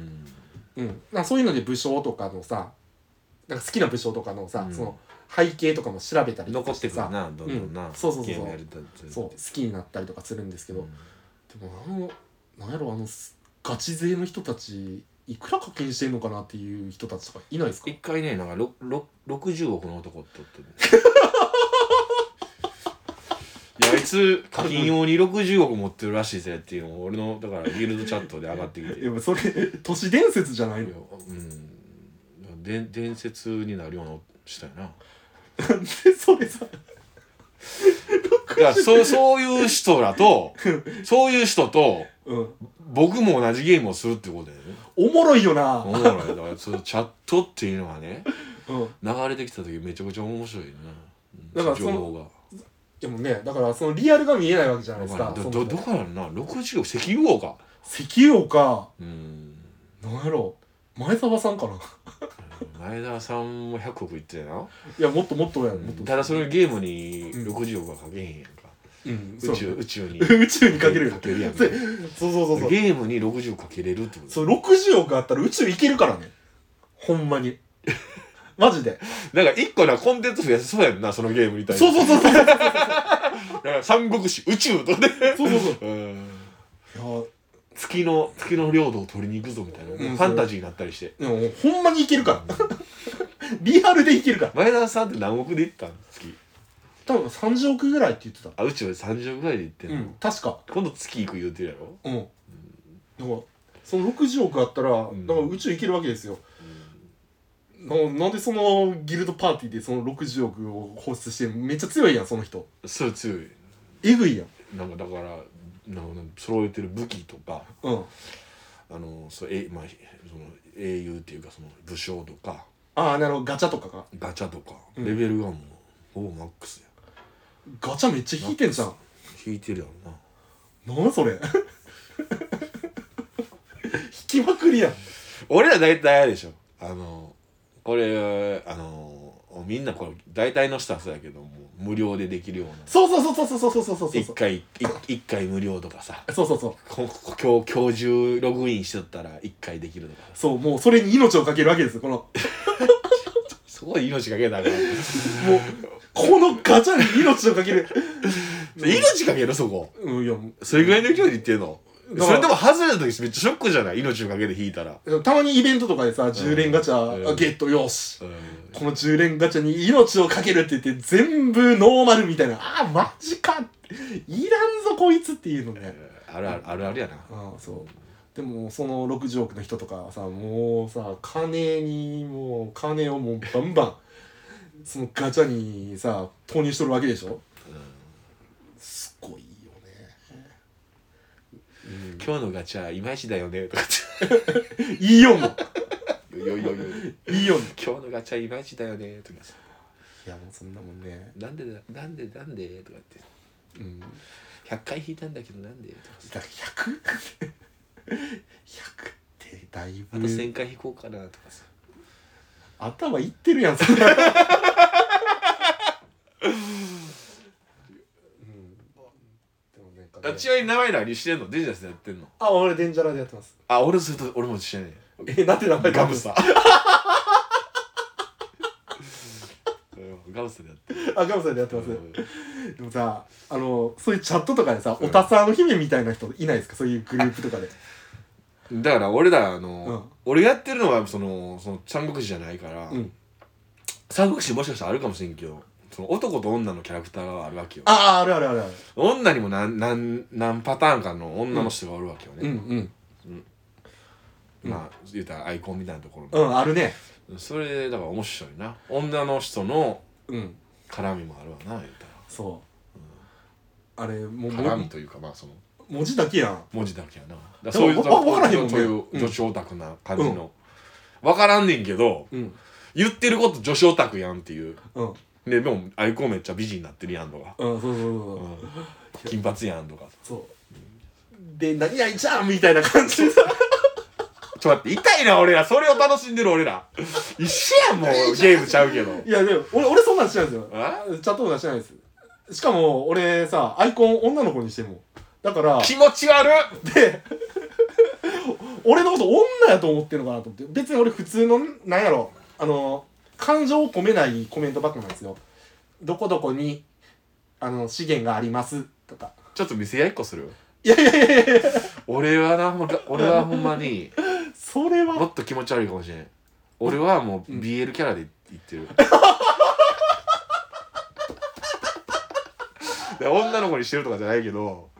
[SPEAKER 1] ん
[SPEAKER 2] うん、なそういうので武将とかのさなんか好きな武将とかのさ、
[SPEAKER 1] うん
[SPEAKER 2] その背景とかも調べたりと
[SPEAKER 1] 残
[SPEAKER 2] か
[SPEAKER 1] ってくるなどんどんな、
[SPEAKER 2] うんそうそうそ
[SPEAKER 1] ゲ
[SPEAKER 2] うそう
[SPEAKER 1] ームやりたいって
[SPEAKER 2] そう好きになったりとかするんですけど、
[SPEAKER 1] うん
[SPEAKER 2] でもあのなんやろあのすガチ勢の人たちいくら課金してんのかなっていう人たちとかいないですか
[SPEAKER 1] 一回ねなんかろろ60億の男っておってる いやあいつ課金用に60億持ってるらしいぜっていうのを俺のだからギルドチャットで上がってき て
[SPEAKER 2] いやそれ都市伝説じゃないのよ
[SPEAKER 1] うんで伝説になるようなしたよな
[SPEAKER 2] なんでそれさ
[SPEAKER 1] だからそうそういう人らとそういう人と
[SPEAKER 2] うん
[SPEAKER 1] 僕も同じゲームをするってことだよね
[SPEAKER 2] おもろいよな
[SPEAKER 1] おもろいだからそのチャットっていうのがね
[SPEAKER 2] うん
[SPEAKER 1] 流れてきた時めちゃくちゃ面白いよな
[SPEAKER 2] だからその
[SPEAKER 1] 情報が
[SPEAKER 2] でもねだからそのリアルが見えないわけじゃないです
[SPEAKER 1] だ
[SPEAKER 2] か
[SPEAKER 1] から
[SPEAKER 2] そ
[SPEAKER 1] ど
[SPEAKER 2] もそ
[SPEAKER 1] ど
[SPEAKER 2] も
[SPEAKER 1] どこやろな60石油王か
[SPEAKER 2] 石油王か
[SPEAKER 1] うん
[SPEAKER 2] なんやろ前澤さんかな
[SPEAKER 1] 前田さんも100億いってたよ
[SPEAKER 2] いやもっともっとや
[SPEAKER 1] な、
[SPEAKER 2] もっと
[SPEAKER 1] ただそのゲームに
[SPEAKER 2] うん
[SPEAKER 1] 60億はかけへんやんか、
[SPEAKER 2] うん
[SPEAKER 1] 宇
[SPEAKER 2] そう
[SPEAKER 1] 宙宇宙に
[SPEAKER 2] 宇宙にかけるよ
[SPEAKER 1] かけるやん
[SPEAKER 2] そうそうそうそうそう
[SPEAKER 1] ゲームに60億かけれるってこと
[SPEAKER 2] そう60億あったら宇宙行けるからねほんまに マジで
[SPEAKER 1] なんか一個なコンテンツ増やせそうやんなそのゲームに対して
[SPEAKER 2] そうそうそうそう
[SPEAKER 1] だから三国志宇宙とね
[SPEAKER 2] そうそうそう
[SPEAKER 1] うん
[SPEAKER 2] いや
[SPEAKER 1] 月の月の領土を取りに行くぞみたいな、
[SPEAKER 2] うん
[SPEAKER 1] ファンタジーになったりして
[SPEAKER 2] でもほんまに行けるから リアルで行けるから
[SPEAKER 1] 前田さんって何億で行ったん月
[SPEAKER 2] 多分30億ぐらいって言ってた
[SPEAKER 1] あ宇宙で30億ぐらいで行ってん
[SPEAKER 2] う
[SPEAKER 1] の、
[SPEAKER 2] ん確か
[SPEAKER 1] 今度月行く言うてるやろ
[SPEAKER 2] うんだからその60億あったらだ
[SPEAKER 1] ん
[SPEAKER 2] から宇宙行けるわけですよななんでそのギルドパーティーでその60億を放出してめっちゃ強いやんその人
[SPEAKER 1] それ強い
[SPEAKER 2] えぐいやん
[SPEAKER 1] なんかだからなんか揃えてる武器とか
[SPEAKER 2] うん
[SPEAKER 1] あのそうえ、まあ、その英雄っていうかその武将とか
[SPEAKER 2] ああなるほどガチャとかか
[SPEAKER 1] ガチャとか
[SPEAKER 2] うん
[SPEAKER 1] レベルがもうほぼマックスや
[SPEAKER 2] ガチャめっちゃ引いてんじゃん
[SPEAKER 1] 引いてるやろな
[SPEAKER 2] なんそれ引きまくりやん
[SPEAKER 1] 俺ら大体あれでしょあのこれあのみんなこれ大体のスタッフだけども無料でできるような
[SPEAKER 2] そうそうそうそうそうそうそうそうそう
[SPEAKER 1] 一回い一回無料とかさ
[SPEAKER 2] そうそうそう
[SPEAKER 1] ここ今日今日中ログインしとったら一回できるとか
[SPEAKER 2] そうもうそれに命をかけるわけですよこのも
[SPEAKER 1] すごい命かけたから
[SPEAKER 2] うこのガチャに命をかける
[SPEAKER 1] 命かけるそこ
[SPEAKER 2] うんいやもう
[SPEAKER 1] それぐらいの勢いで言ってんの
[SPEAKER 2] だ
[SPEAKER 1] そ
[SPEAKER 2] から
[SPEAKER 1] れでも外れた時めっちゃショックじゃない命をかけて引いたら、
[SPEAKER 2] たまにイベントとかでさ10連ガチャ、
[SPEAKER 1] うん
[SPEAKER 2] ゲットよしこの10連ガチャに命をかけるって言って全部ノーマルみたいなあーマジかいらんぞこいつっていうのね
[SPEAKER 1] あるあるあるあるやな
[SPEAKER 2] ああそうでもその60億の人とかさもうさ金にもう金をもうバンバ ンそのガチャにさ投入しとるわけでしょすごいよね
[SPEAKER 1] 今日のガチャいまいちだよねとか
[SPEAKER 2] うんいいよもう
[SPEAKER 1] ってよいよいよ
[SPEAKER 2] いいよもう
[SPEAKER 1] 今日のガチャいまいちだよねとかさ
[SPEAKER 2] いやもうそんなもんね
[SPEAKER 1] なんでだなんでなんでとかって
[SPEAKER 2] うんだ
[SPEAKER 1] 100回引いたんだけどなんでとか
[SPEAKER 2] から 100?100 ってだい
[SPEAKER 1] あと
[SPEAKER 2] ぶ
[SPEAKER 1] 1000回引こうかなとかさ
[SPEAKER 2] 頭いってるやんそ れうんでもなんかね
[SPEAKER 1] ちなみに名前何してんのデンジャラスでやってんの
[SPEAKER 2] あ、俺デンジャラでやってます。
[SPEAKER 1] あ俺それと俺もしてね
[SPEAKER 2] え、なんて名前
[SPEAKER 1] ガムサうんガムサでやってる
[SPEAKER 2] あ、ガムさんでやってます。
[SPEAKER 1] う
[SPEAKER 2] でもさ、あの、そういうチャットとかでさ、おたさの姫みたいな人いないですかそういうグループとかで。
[SPEAKER 1] んだから俺らあ
[SPEAKER 2] う
[SPEAKER 1] の
[SPEAKER 2] ん
[SPEAKER 1] 俺がやってるのはそのその三国志じゃないから
[SPEAKER 2] うん。
[SPEAKER 1] 三国志もしかしたらあるかもしれんけどその男と女のキャラクターがあるわけよ
[SPEAKER 2] あ、あるあるあるある。
[SPEAKER 1] 女にも何何何パターンかの女の人がおるわけよね、
[SPEAKER 2] うんうん
[SPEAKER 1] まあ言うたらアイコンみたいなところ
[SPEAKER 2] うん。うん、あるね。
[SPEAKER 1] それだから面白いな女の人の
[SPEAKER 2] うん。
[SPEAKER 1] 絡みもあるわな言うた
[SPEAKER 2] そう。あれ、もう、
[SPEAKER 1] ら絡
[SPEAKER 2] も
[SPEAKER 1] みというかまあその
[SPEAKER 2] 文字だけやん。
[SPEAKER 1] 文字だけやなだから
[SPEAKER 2] で
[SPEAKER 1] そ
[SPEAKER 2] も
[SPEAKER 1] ういう
[SPEAKER 2] わわわからへんもんね
[SPEAKER 1] そういう女子オタクな感じの、わからんねんけど
[SPEAKER 2] うん。
[SPEAKER 1] 言ってること女子オタクやんっていう
[SPEAKER 2] うん。うん、
[SPEAKER 1] ででもアイコンめっちゃ美人になってるやんとか、
[SPEAKER 2] そうそうそう
[SPEAKER 1] う
[SPEAKER 2] そう。
[SPEAKER 1] ん金髪やんとか
[SPEAKER 2] そう。で、何々ちゃんみたいな感じでさ。
[SPEAKER 1] ちょっと待って痛いな俺らそれを楽しんでる俺ら一緒やんもうゲームちゃうけど
[SPEAKER 2] いや、でも、俺、俺そんなんしないですよ。
[SPEAKER 1] あ
[SPEAKER 2] チャットとかしないです。しかも、俺さ、アイコン女の子にしても。だから、
[SPEAKER 1] 気持ち悪っ
[SPEAKER 2] で俺のこと女やと思ってるのかなと思って別に俺普通のなんやろあの感情を込めないコメントばっかなんですよどこどこにあの資源がありますとか
[SPEAKER 1] ちょっと見せ合いっこする
[SPEAKER 2] いやいやいやいや
[SPEAKER 1] 俺はなほんと俺はほんまに
[SPEAKER 2] それ
[SPEAKER 1] も
[SPEAKER 2] は
[SPEAKER 1] っと気持ち悪いかもしれん俺はもう BL キャラで言ってる、で女の子にしてるとかじゃないけど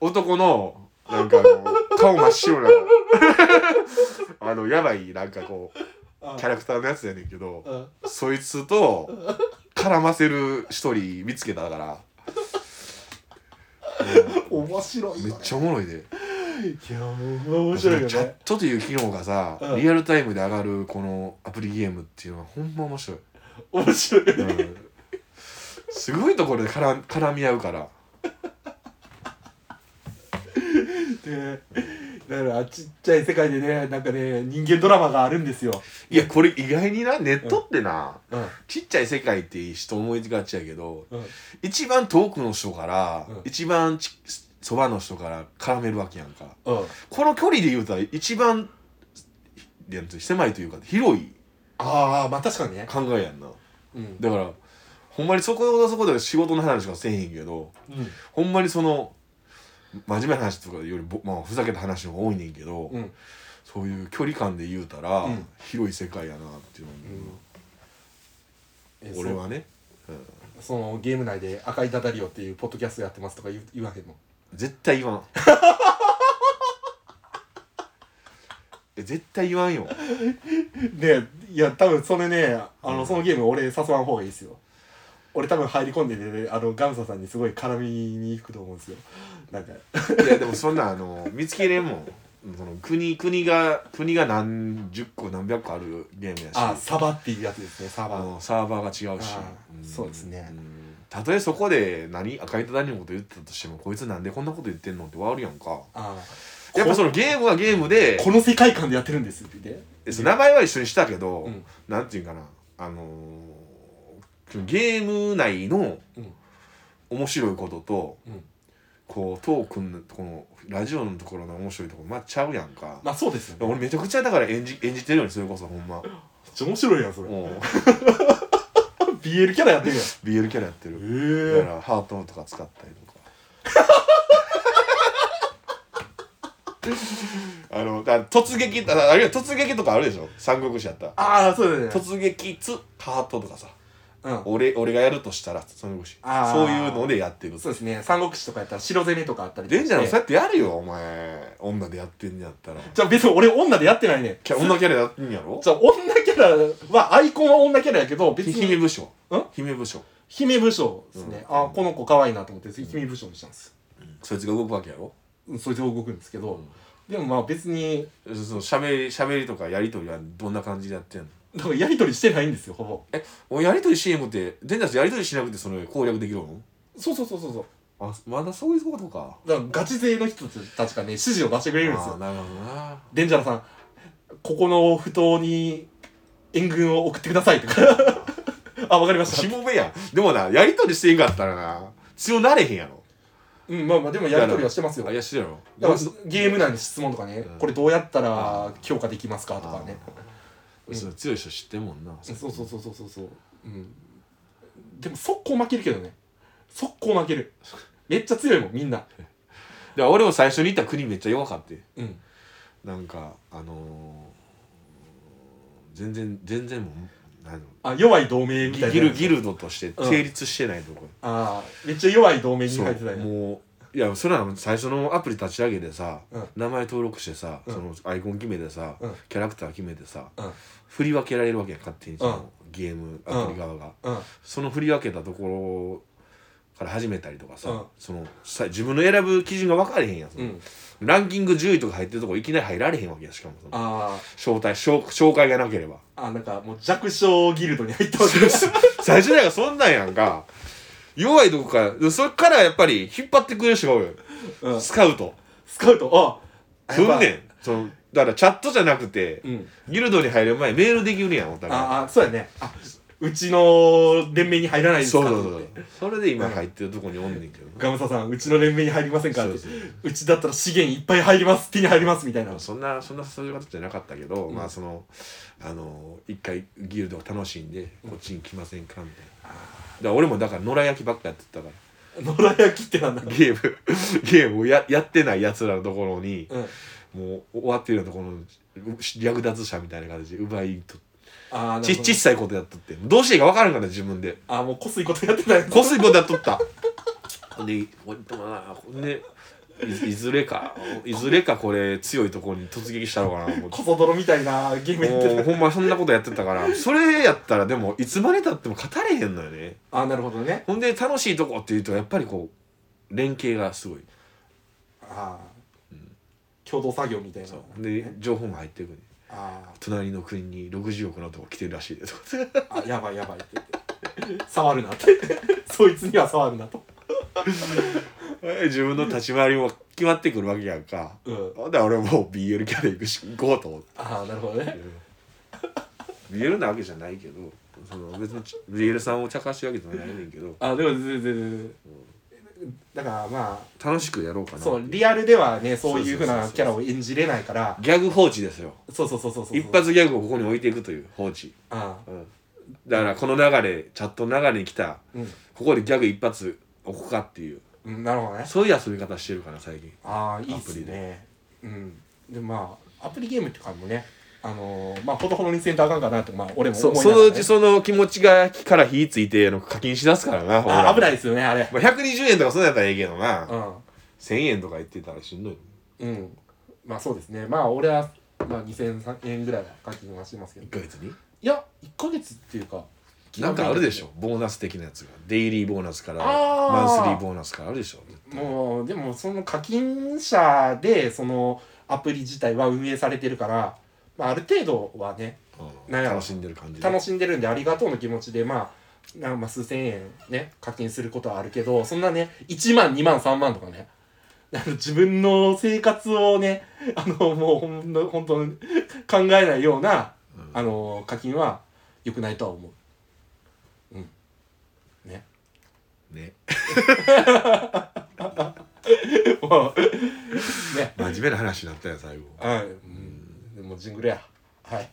[SPEAKER 1] 男のなんかあの顔真っ白なあのやばいなんかこう
[SPEAKER 2] あ
[SPEAKER 1] キャラクターのやつやねんけど
[SPEAKER 2] うん
[SPEAKER 1] そいつと絡ませる一人見つけたから、
[SPEAKER 2] 面白
[SPEAKER 1] う
[SPEAKER 2] い
[SPEAKER 1] ん
[SPEAKER 2] よ
[SPEAKER 1] め
[SPEAKER 2] ね
[SPEAKER 1] っちゃおもろいで、
[SPEAKER 2] いや面白いよ
[SPEAKER 1] チャッ
[SPEAKER 2] ね
[SPEAKER 1] トという機能がさ、
[SPEAKER 2] うん
[SPEAKER 1] リアルタイムで上がるこのアプリゲームっていうのはほんま面白い、
[SPEAKER 2] 面白いよ
[SPEAKER 1] う
[SPEAKER 2] ね
[SPEAKER 1] んすごいところで絡絡み合うから
[SPEAKER 2] だからちっちゃい世界でねなんかね人間ドラマがあるんですよ、
[SPEAKER 1] いやこれ意外になネットってな、
[SPEAKER 2] うん
[SPEAKER 1] ちっちゃい世界って人思いがちやけど
[SPEAKER 2] うん、
[SPEAKER 1] 一番遠くの人から、
[SPEAKER 2] うん
[SPEAKER 1] 一番ちそばの人から絡めるわけやんか
[SPEAKER 2] うん、
[SPEAKER 1] この距離で言うたら一番なんていう狭いというか広い
[SPEAKER 2] ああまあ確かにね
[SPEAKER 1] 考えやんな
[SPEAKER 2] うん、
[SPEAKER 1] だからほんまにそことそこで仕事の話しかせえへんけど
[SPEAKER 2] うん
[SPEAKER 1] ほんまにその真面目な話とかよりぼ、まあ、ふざけた話の方が多いねんけど、
[SPEAKER 2] うん
[SPEAKER 1] そういう距離感で言うたら、
[SPEAKER 2] うん
[SPEAKER 1] 広い世界やなっていう
[SPEAKER 2] え
[SPEAKER 1] のを、俺はね
[SPEAKER 2] そそのゲーム内で「赤いダダリオ」っていうポッドキャストやってますとか言う言わへんの
[SPEAKER 1] 絶対 言わんえ絶対言わんよ
[SPEAKER 2] でいや多分それねあの、そのゲーム俺誘わん方がいいですよ俺多分入り込んでて、あのガムサさんにすごい絡みに行くと思うんですよなんか
[SPEAKER 1] いやでもそんなあの見つけれんもんその国国が国が何十個何百個あるゲームやし
[SPEAKER 2] あサバっていうやつですねサ
[SPEAKER 1] あ
[SPEAKER 2] バ
[SPEAKER 1] のサーバーが違うし
[SPEAKER 2] あ
[SPEAKER 1] ん
[SPEAKER 2] ーそうですね
[SPEAKER 1] んたとえそこで何赤いただりのこと言ってたとしてもこいつなんでこんなこと言ってんのってわるやんか
[SPEAKER 2] あ
[SPEAKER 1] やっぱそ
[SPEAKER 2] の
[SPEAKER 1] のゲームはゲームで
[SPEAKER 2] この世界観でやってるんですって言って
[SPEAKER 1] えその名前は一緒にしたけど、
[SPEAKER 2] うん
[SPEAKER 1] なんていうんかなあのーゲーム内の
[SPEAKER 2] うん
[SPEAKER 1] 面白いことと、
[SPEAKER 2] うん
[SPEAKER 1] こうトークンのこのラジオのところの面白いところまあちゃうやんか、
[SPEAKER 2] まあそうですよね
[SPEAKER 1] 俺めちゃくちゃだから演じ演じてるよねそれこそほんま
[SPEAKER 2] めっちゃ面白いやんそ れ
[SPEAKER 1] もう
[SPEAKER 2] BL キャラやってるやん
[SPEAKER 1] BL キャラやってるだか
[SPEAKER 2] え
[SPEAKER 1] らハートとか使ったりと かあのだから突撃ああるいは突撃とかあるでしょ三国志やったら
[SPEAKER 2] ああそうだよね
[SPEAKER 1] 突撃つハートとかさ
[SPEAKER 2] うん
[SPEAKER 1] 俺俺がやるとしたら三国志
[SPEAKER 2] あー
[SPEAKER 1] そういうのでやってる
[SPEAKER 2] そうですね三国志とかやったら白攻めとかあったりとか
[SPEAKER 1] レンジャーも
[SPEAKER 2] して
[SPEAKER 1] そうやってやるよお前女でやってんやったら
[SPEAKER 2] じゃあ別に俺女でやってないね
[SPEAKER 1] キャ女キャラやってんやろ
[SPEAKER 2] じゃあ女キャラはアイコンは女キャラやけど別
[SPEAKER 1] 姫
[SPEAKER 2] に
[SPEAKER 1] 武将
[SPEAKER 2] ん
[SPEAKER 1] 姫武将
[SPEAKER 2] 姫武将ですね、あこの子可愛いなと思って姫武将にしたんです、
[SPEAKER 1] そいつが動くわけやろ
[SPEAKER 2] うん、それで動くんですけど、でもまあ別に
[SPEAKER 1] そのしゃべりしゃべりとかやりとりはどんな感じでやってんの
[SPEAKER 2] だからやり取りしてないんですよほぼ
[SPEAKER 1] えおやりとり CM ってデンジャースやりとりしなくてその攻略できるの
[SPEAKER 2] そうそうそうそうそう
[SPEAKER 1] あまだそういうことか
[SPEAKER 2] だからガチ勢の人たちがね指示を出してく
[SPEAKER 1] あ
[SPEAKER 2] れるんです
[SPEAKER 1] ー
[SPEAKER 2] よ
[SPEAKER 1] なるほどな
[SPEAKER 2] デンジャラさんここの不当に援軍を送ってくださいとか あわかりまし
[SPEAKER 1] したもべやんでもなやりとりしてんかったらな強なれへんやろ
[SPEAKER 2] うんまあまあでもやり取りはしてますよ
[SPEAKER 1] あいやしてるやろ
[SPEAKER 2] だからゲーム内の質問とかね、
[SPEAKER 1] うん
[SPEAKER 2] これどうやったら強化できますかとかね
[SPEAKER 1] うんそう強い人知ってんもんな
[SPEAKER 2] そうそうそうそうそうそう、うん、でも速攻負けるけどね速攻負けるめっちゃ強いもんみんな
[SPEAKER 1] で俺も最初に行った国めっちゃ弱かって
[SPEAKER 2] うん
[SPEAKER 1] なんかあのー、全然全然もうなん
[SPEAKER 2] あ弱い同盟みたいな
[SPEAKER 1] ギルギルドとして成立してないとこ、
[SPEAKER 2] あーめっちゃ弱い同盟に
[SPEAKER 1] そ
[SPEAKER 2] 入ってた
[SPEAKER 1] う
[SPEAKER 2] よね
[SPEAKER 1] もういやそれなの最初のアプリ立ち上げてさ、
[SPEAKER 2] うん
[SPEAKER 1] 名前登録してさ、
[SPEAKER 2] うん
[SPEAKER 1] そのアイコン決めてさ、
[SPEAKER 2] うん
[SPEAKER 1] キャラクター決めてさ、
[SPEAKER 2] うん
[SPEAKER 1] 振り分けられるわけやん勝手にその、ゲームアプリ側が、
[SPEAKER 2] うん
[SPEAKER 1] その振り分けたところから始めたりとかさ、
[SPEAKER 2] うん
[SPEAKER 1] そのさ自分の選ぶ基準が分かれへんやん、その
[SPEAKER 2] うん
[SPEAKER 1] ランキング10位とか入ってるとこいきなり入られへんわけやんしかもその
[SPEAKER 2] あ
[SPEAKER 1] 招待紹紹介がなければ
[SPEAKER 2] ーあなんかもう弱小ギルドに入ったわけです
[SPEAKER 1] 最初だからそんなんやんか弱いとこからでそっからやっぱり引っ張ってくれる人が多いよ、
[SPEAKER 2] うん
[SPEAKER 1] スカウト
[SPEAKER 2] スカウトあ
[SPEAKER 1] 来んね
[SPEAKER 2] やっ
[SPEAKER 1] んそのだからチャットじゃなくて、
[SPEAKER 2] ぱうん
[SPEAKER 1] ギルドに入る前メールできるやんお互い
[SPEAKER 2] ああそうやねあうちの連盟に入らないですか
[SPEAKER 1] そうそうそ
[SPEAKER 2] っ
[SPEAKER 1] う
[SPEAKER 2] て言って
[SPEAKER 1] それで今入ってるとこにおんねんけど、
[SPEAKER 2] ガムサさんうちの連盟に入りませんかっ
[SPEAKER 1] そう
[SPEAKER 2] て
[SPEAKER 1] そう
[SPEAKER 2] うちだったら資源いっぱい入ります手に入りますみたいな
[SPEAKER 1] そんなそんなそういう方じゃなかったけど、まあそのあの一回ギルドを楽しんでこっちに来ませんかみたいな、だから俺もだから野良焼きばっかやってたから
[SPEAKER 2] 野良焼きってなんだ
[SPEAKER 1] ゲーム、ゲームをややってない奴らのところに、
[SPEAKER 2] うん
[SPEAKER 1] もう終わってるようなところのし略奪者みたいな感じで奪いと
[SPEAKER 2] あー
[SPEAKER 1] ちちっ
[SPEAKER 2] っ
[SPEAKER 1] さいことやっとってどうしていいか分からんから自分で
[SPEAKER 2] あー もうこすいことやってたやつ
[SPEAKER 1] こすいことやっとったでこうやってまあでいいずれかいずれかこれ強いところに突撃したのかな思って
[SPEAKER 2] こそ泥みたいなゲームやって
[SPEAKER 1] もう
[SPEAKER 2] る
[SPEAKER 1] ほんまそんなことやってたからそれやったらでもいつまでたっても語れへんのよね
[SPEAKER 2] あなるほどね
[SPEAKER 1] ほんで楽しいとこっていうとやっぱりこう連携がすごい
[SPEAKER 2] ああ、共同作業みたいな
[SPEAKER 1] そうで情報も入ってくる、
[SPEAKER 2] あ
[SPEAKER 1] 隣の国に60億のとこ来てるらしいでとか
[SPEAKER 2] ああやばいやばいって言って触るなって そいつには触るなと
[SPEAKER 1] 自分の立ち回りも決まってくるわけやんか
[SPEAKER 2] うん
[SPEAKER 1] ほんで俺もう BL キャラ行くし行こうと思って
[SPEAKER 2] ああなるほどね
[SPEAKER 1] BL なわけじゃないけどその別に BL さんを茶化してるわけじゃないねんけど
[SPEAKER 2] あでも全然全然だからま
[SPEAKER 1] 楽しくやろうか
[SPEAKER 2] あ
[SPEAKER 1] な
[SPEAKER 2] そうリアルではね
[SPEAKER 1] そ
[SPEAKER 2] そうう
[SPEAKER 1] そうそう
[SPEAKER 2] い
[SPEAKER 1] そう
[SPEAKER 2] うふうなキャラを演じれないから
[SPEAKER 1] ギャグ放置ですよ
[SPEAKER 2] そうそうそうそうそう
[SPEAKER 1] 一発ギャグをここに置いていくという放置、
[SPEAKER 2] ああ
[SPEAKER 1] うん、だからこの流れチャットの流れに来た
[SPEAKER 2] うん
[SPEAKER 1] ここでギャグ一発置こうかっていう
[SPEAKER 2] うんなるほどね
[SPEAKER 1] そういう遊び方してるから最近
[SPEAKER 2] ああいいっすねうんでまあアプリゲームとかもねあのー、まあほどほどにせんとあかんかなとまあ俺も
[SPEAKER 1] そ
[SPEAKER 2] 思い
[SPEAKER 1] そ
[SPEAKER 2] なが
[SPEAKER 1] の
[SPEAKER 2] ら、
[SPEAKER 1] う
[SPEAKER 2] ね、
[SPEAKER 1] ちその気持ちがから火ついての課金しだすからな
[SPEAKER 2] あ危ない
[SPEAKER 1] い
[SPEAKER 2] ですよねあれ
[SPEAKER 1] まあ、120円とかそんなんやったらええけどな、
[SPEAKER 2] うん
[SPEAKER 1] 1000円とか言ってたらしんどい
[SPEAKER 2] うんまあそうですねまあ俺は、まあ、2000円ぐらいは課金はしてますけど
[SPEAKER 1] 1ヶ月に
[SPEAKER 2] いや1ヶ月っていうか
[SPEAKER 1] なんかあるでしょボーナス的なやつがデイリーボーナスから
[SPEAKER 2] あー
[SPEAKER 1] マンスリーボーナスからあるでしょ絶対
[SPEAKER 2] もうでもその課金者でそのアプリ自体は運営されてるから、まあ、ある程度はね
[SPEAKER 1] うん
[SPEAKER 2] なんやろ
[SPEAKER 1] 楽しんでる感じで
[SPEAKER 2] 楽しんでるんでありがとうの気持ちでまあなんかまあ数千円ね課金することはあるけどそんなね1万2万3万とかねあの自分の生活をねあのもうほんの本当に考えないような、
[SPEAKER 1] うん
[SPEAKER 2] あの課金は良くないとは思う。うんね、
[SPEAKER 1] ね
[SPEAKER 2] もうね
[SPEAKER 1] 真面目な話になったよ最後
[SPEAKER 2] はい、うん、もうジングルやはい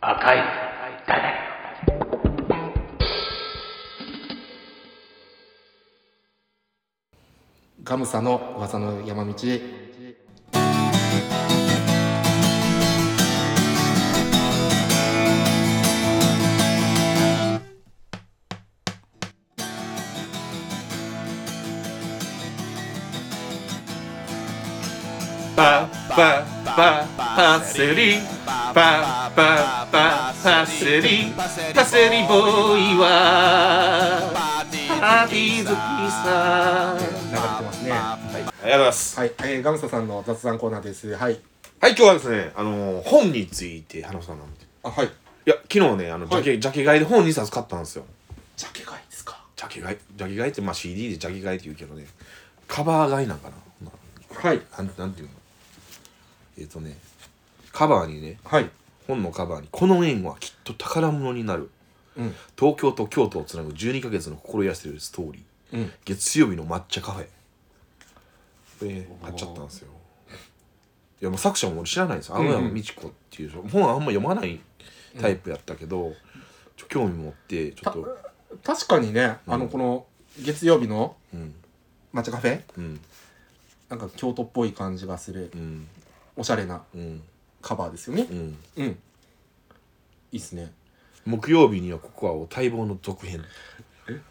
[SPEAKER 3] 赤い
[SPEAKER 2] ガムサの噂の山道
[SPEAKER 1] パパパパセリパパパパセリパセリボーイはパーティー好きさ
[SPEAKER 2] 流れてますね
[SPEAKER 1] あ
[SPEAKER 2] は
[SPEAKER 1] りがとうございます
[SPEAKER 2] い、えーガムサさんの雑談コーナーですはい
[SPEAKER 1] はい今日はですねあの本について話そうかなと思って
[SPEAKER 2] あはい
[SPEAKER 1] いや昨日ねあのジャケ、ジャケ買いで本2冊買ったんですよ
[SPEAKER 2] ジャケ買いですか
[SPEAKER 1] ジャケ買いジャケ買いってまあ CD でジャケ買いって言うけどねカバー買いなんかな
[SPEAKER 2] はい
[SPEAKER 1] なんなんていうのえっ、とねカバーにね
[SPEAKER 2] はい
[SPEAKER 1] 本のカバーに「この縁はきっと宝物になる」
[SPEAKER 2] うん
[SPEAKER 1] 東京と京都をつなぐ12ヶ月の心癒せるストーリー
[SPEAKER 2] うん
[SPEAKER 1] 月曜日の抹茶カフェこれ買っちゃったんですよいやもう作者も俺知らないんですよ青
[SPEAKER 2] うんう
[SPEAKER 1] 山
[SPEAKER 2] ん
[SPEAKER 1] 美智子っていう人本はあんま読まないタイプやったけど、ちょ興味持ってちょっと
[SPEAKER 2] 確かにねあのこの月曜日の
[SPEAKER 1] うん
[SPEAKER 2] 抹茶カフェ
[SPEAKER 1] うん
[SPEAKER 2] なんか京都っぽい感じがする
[SPEAKER 1] うん
[SPEAKER 2] おしゃれな
[SPEAKER 1] うん
[SPEAKER 2] カバーですよね
[SPEAKER 1] うん
[SPEAKER 2] うんいいっすね
[SPEAKER 1] 木曜日にはここはを待望の続編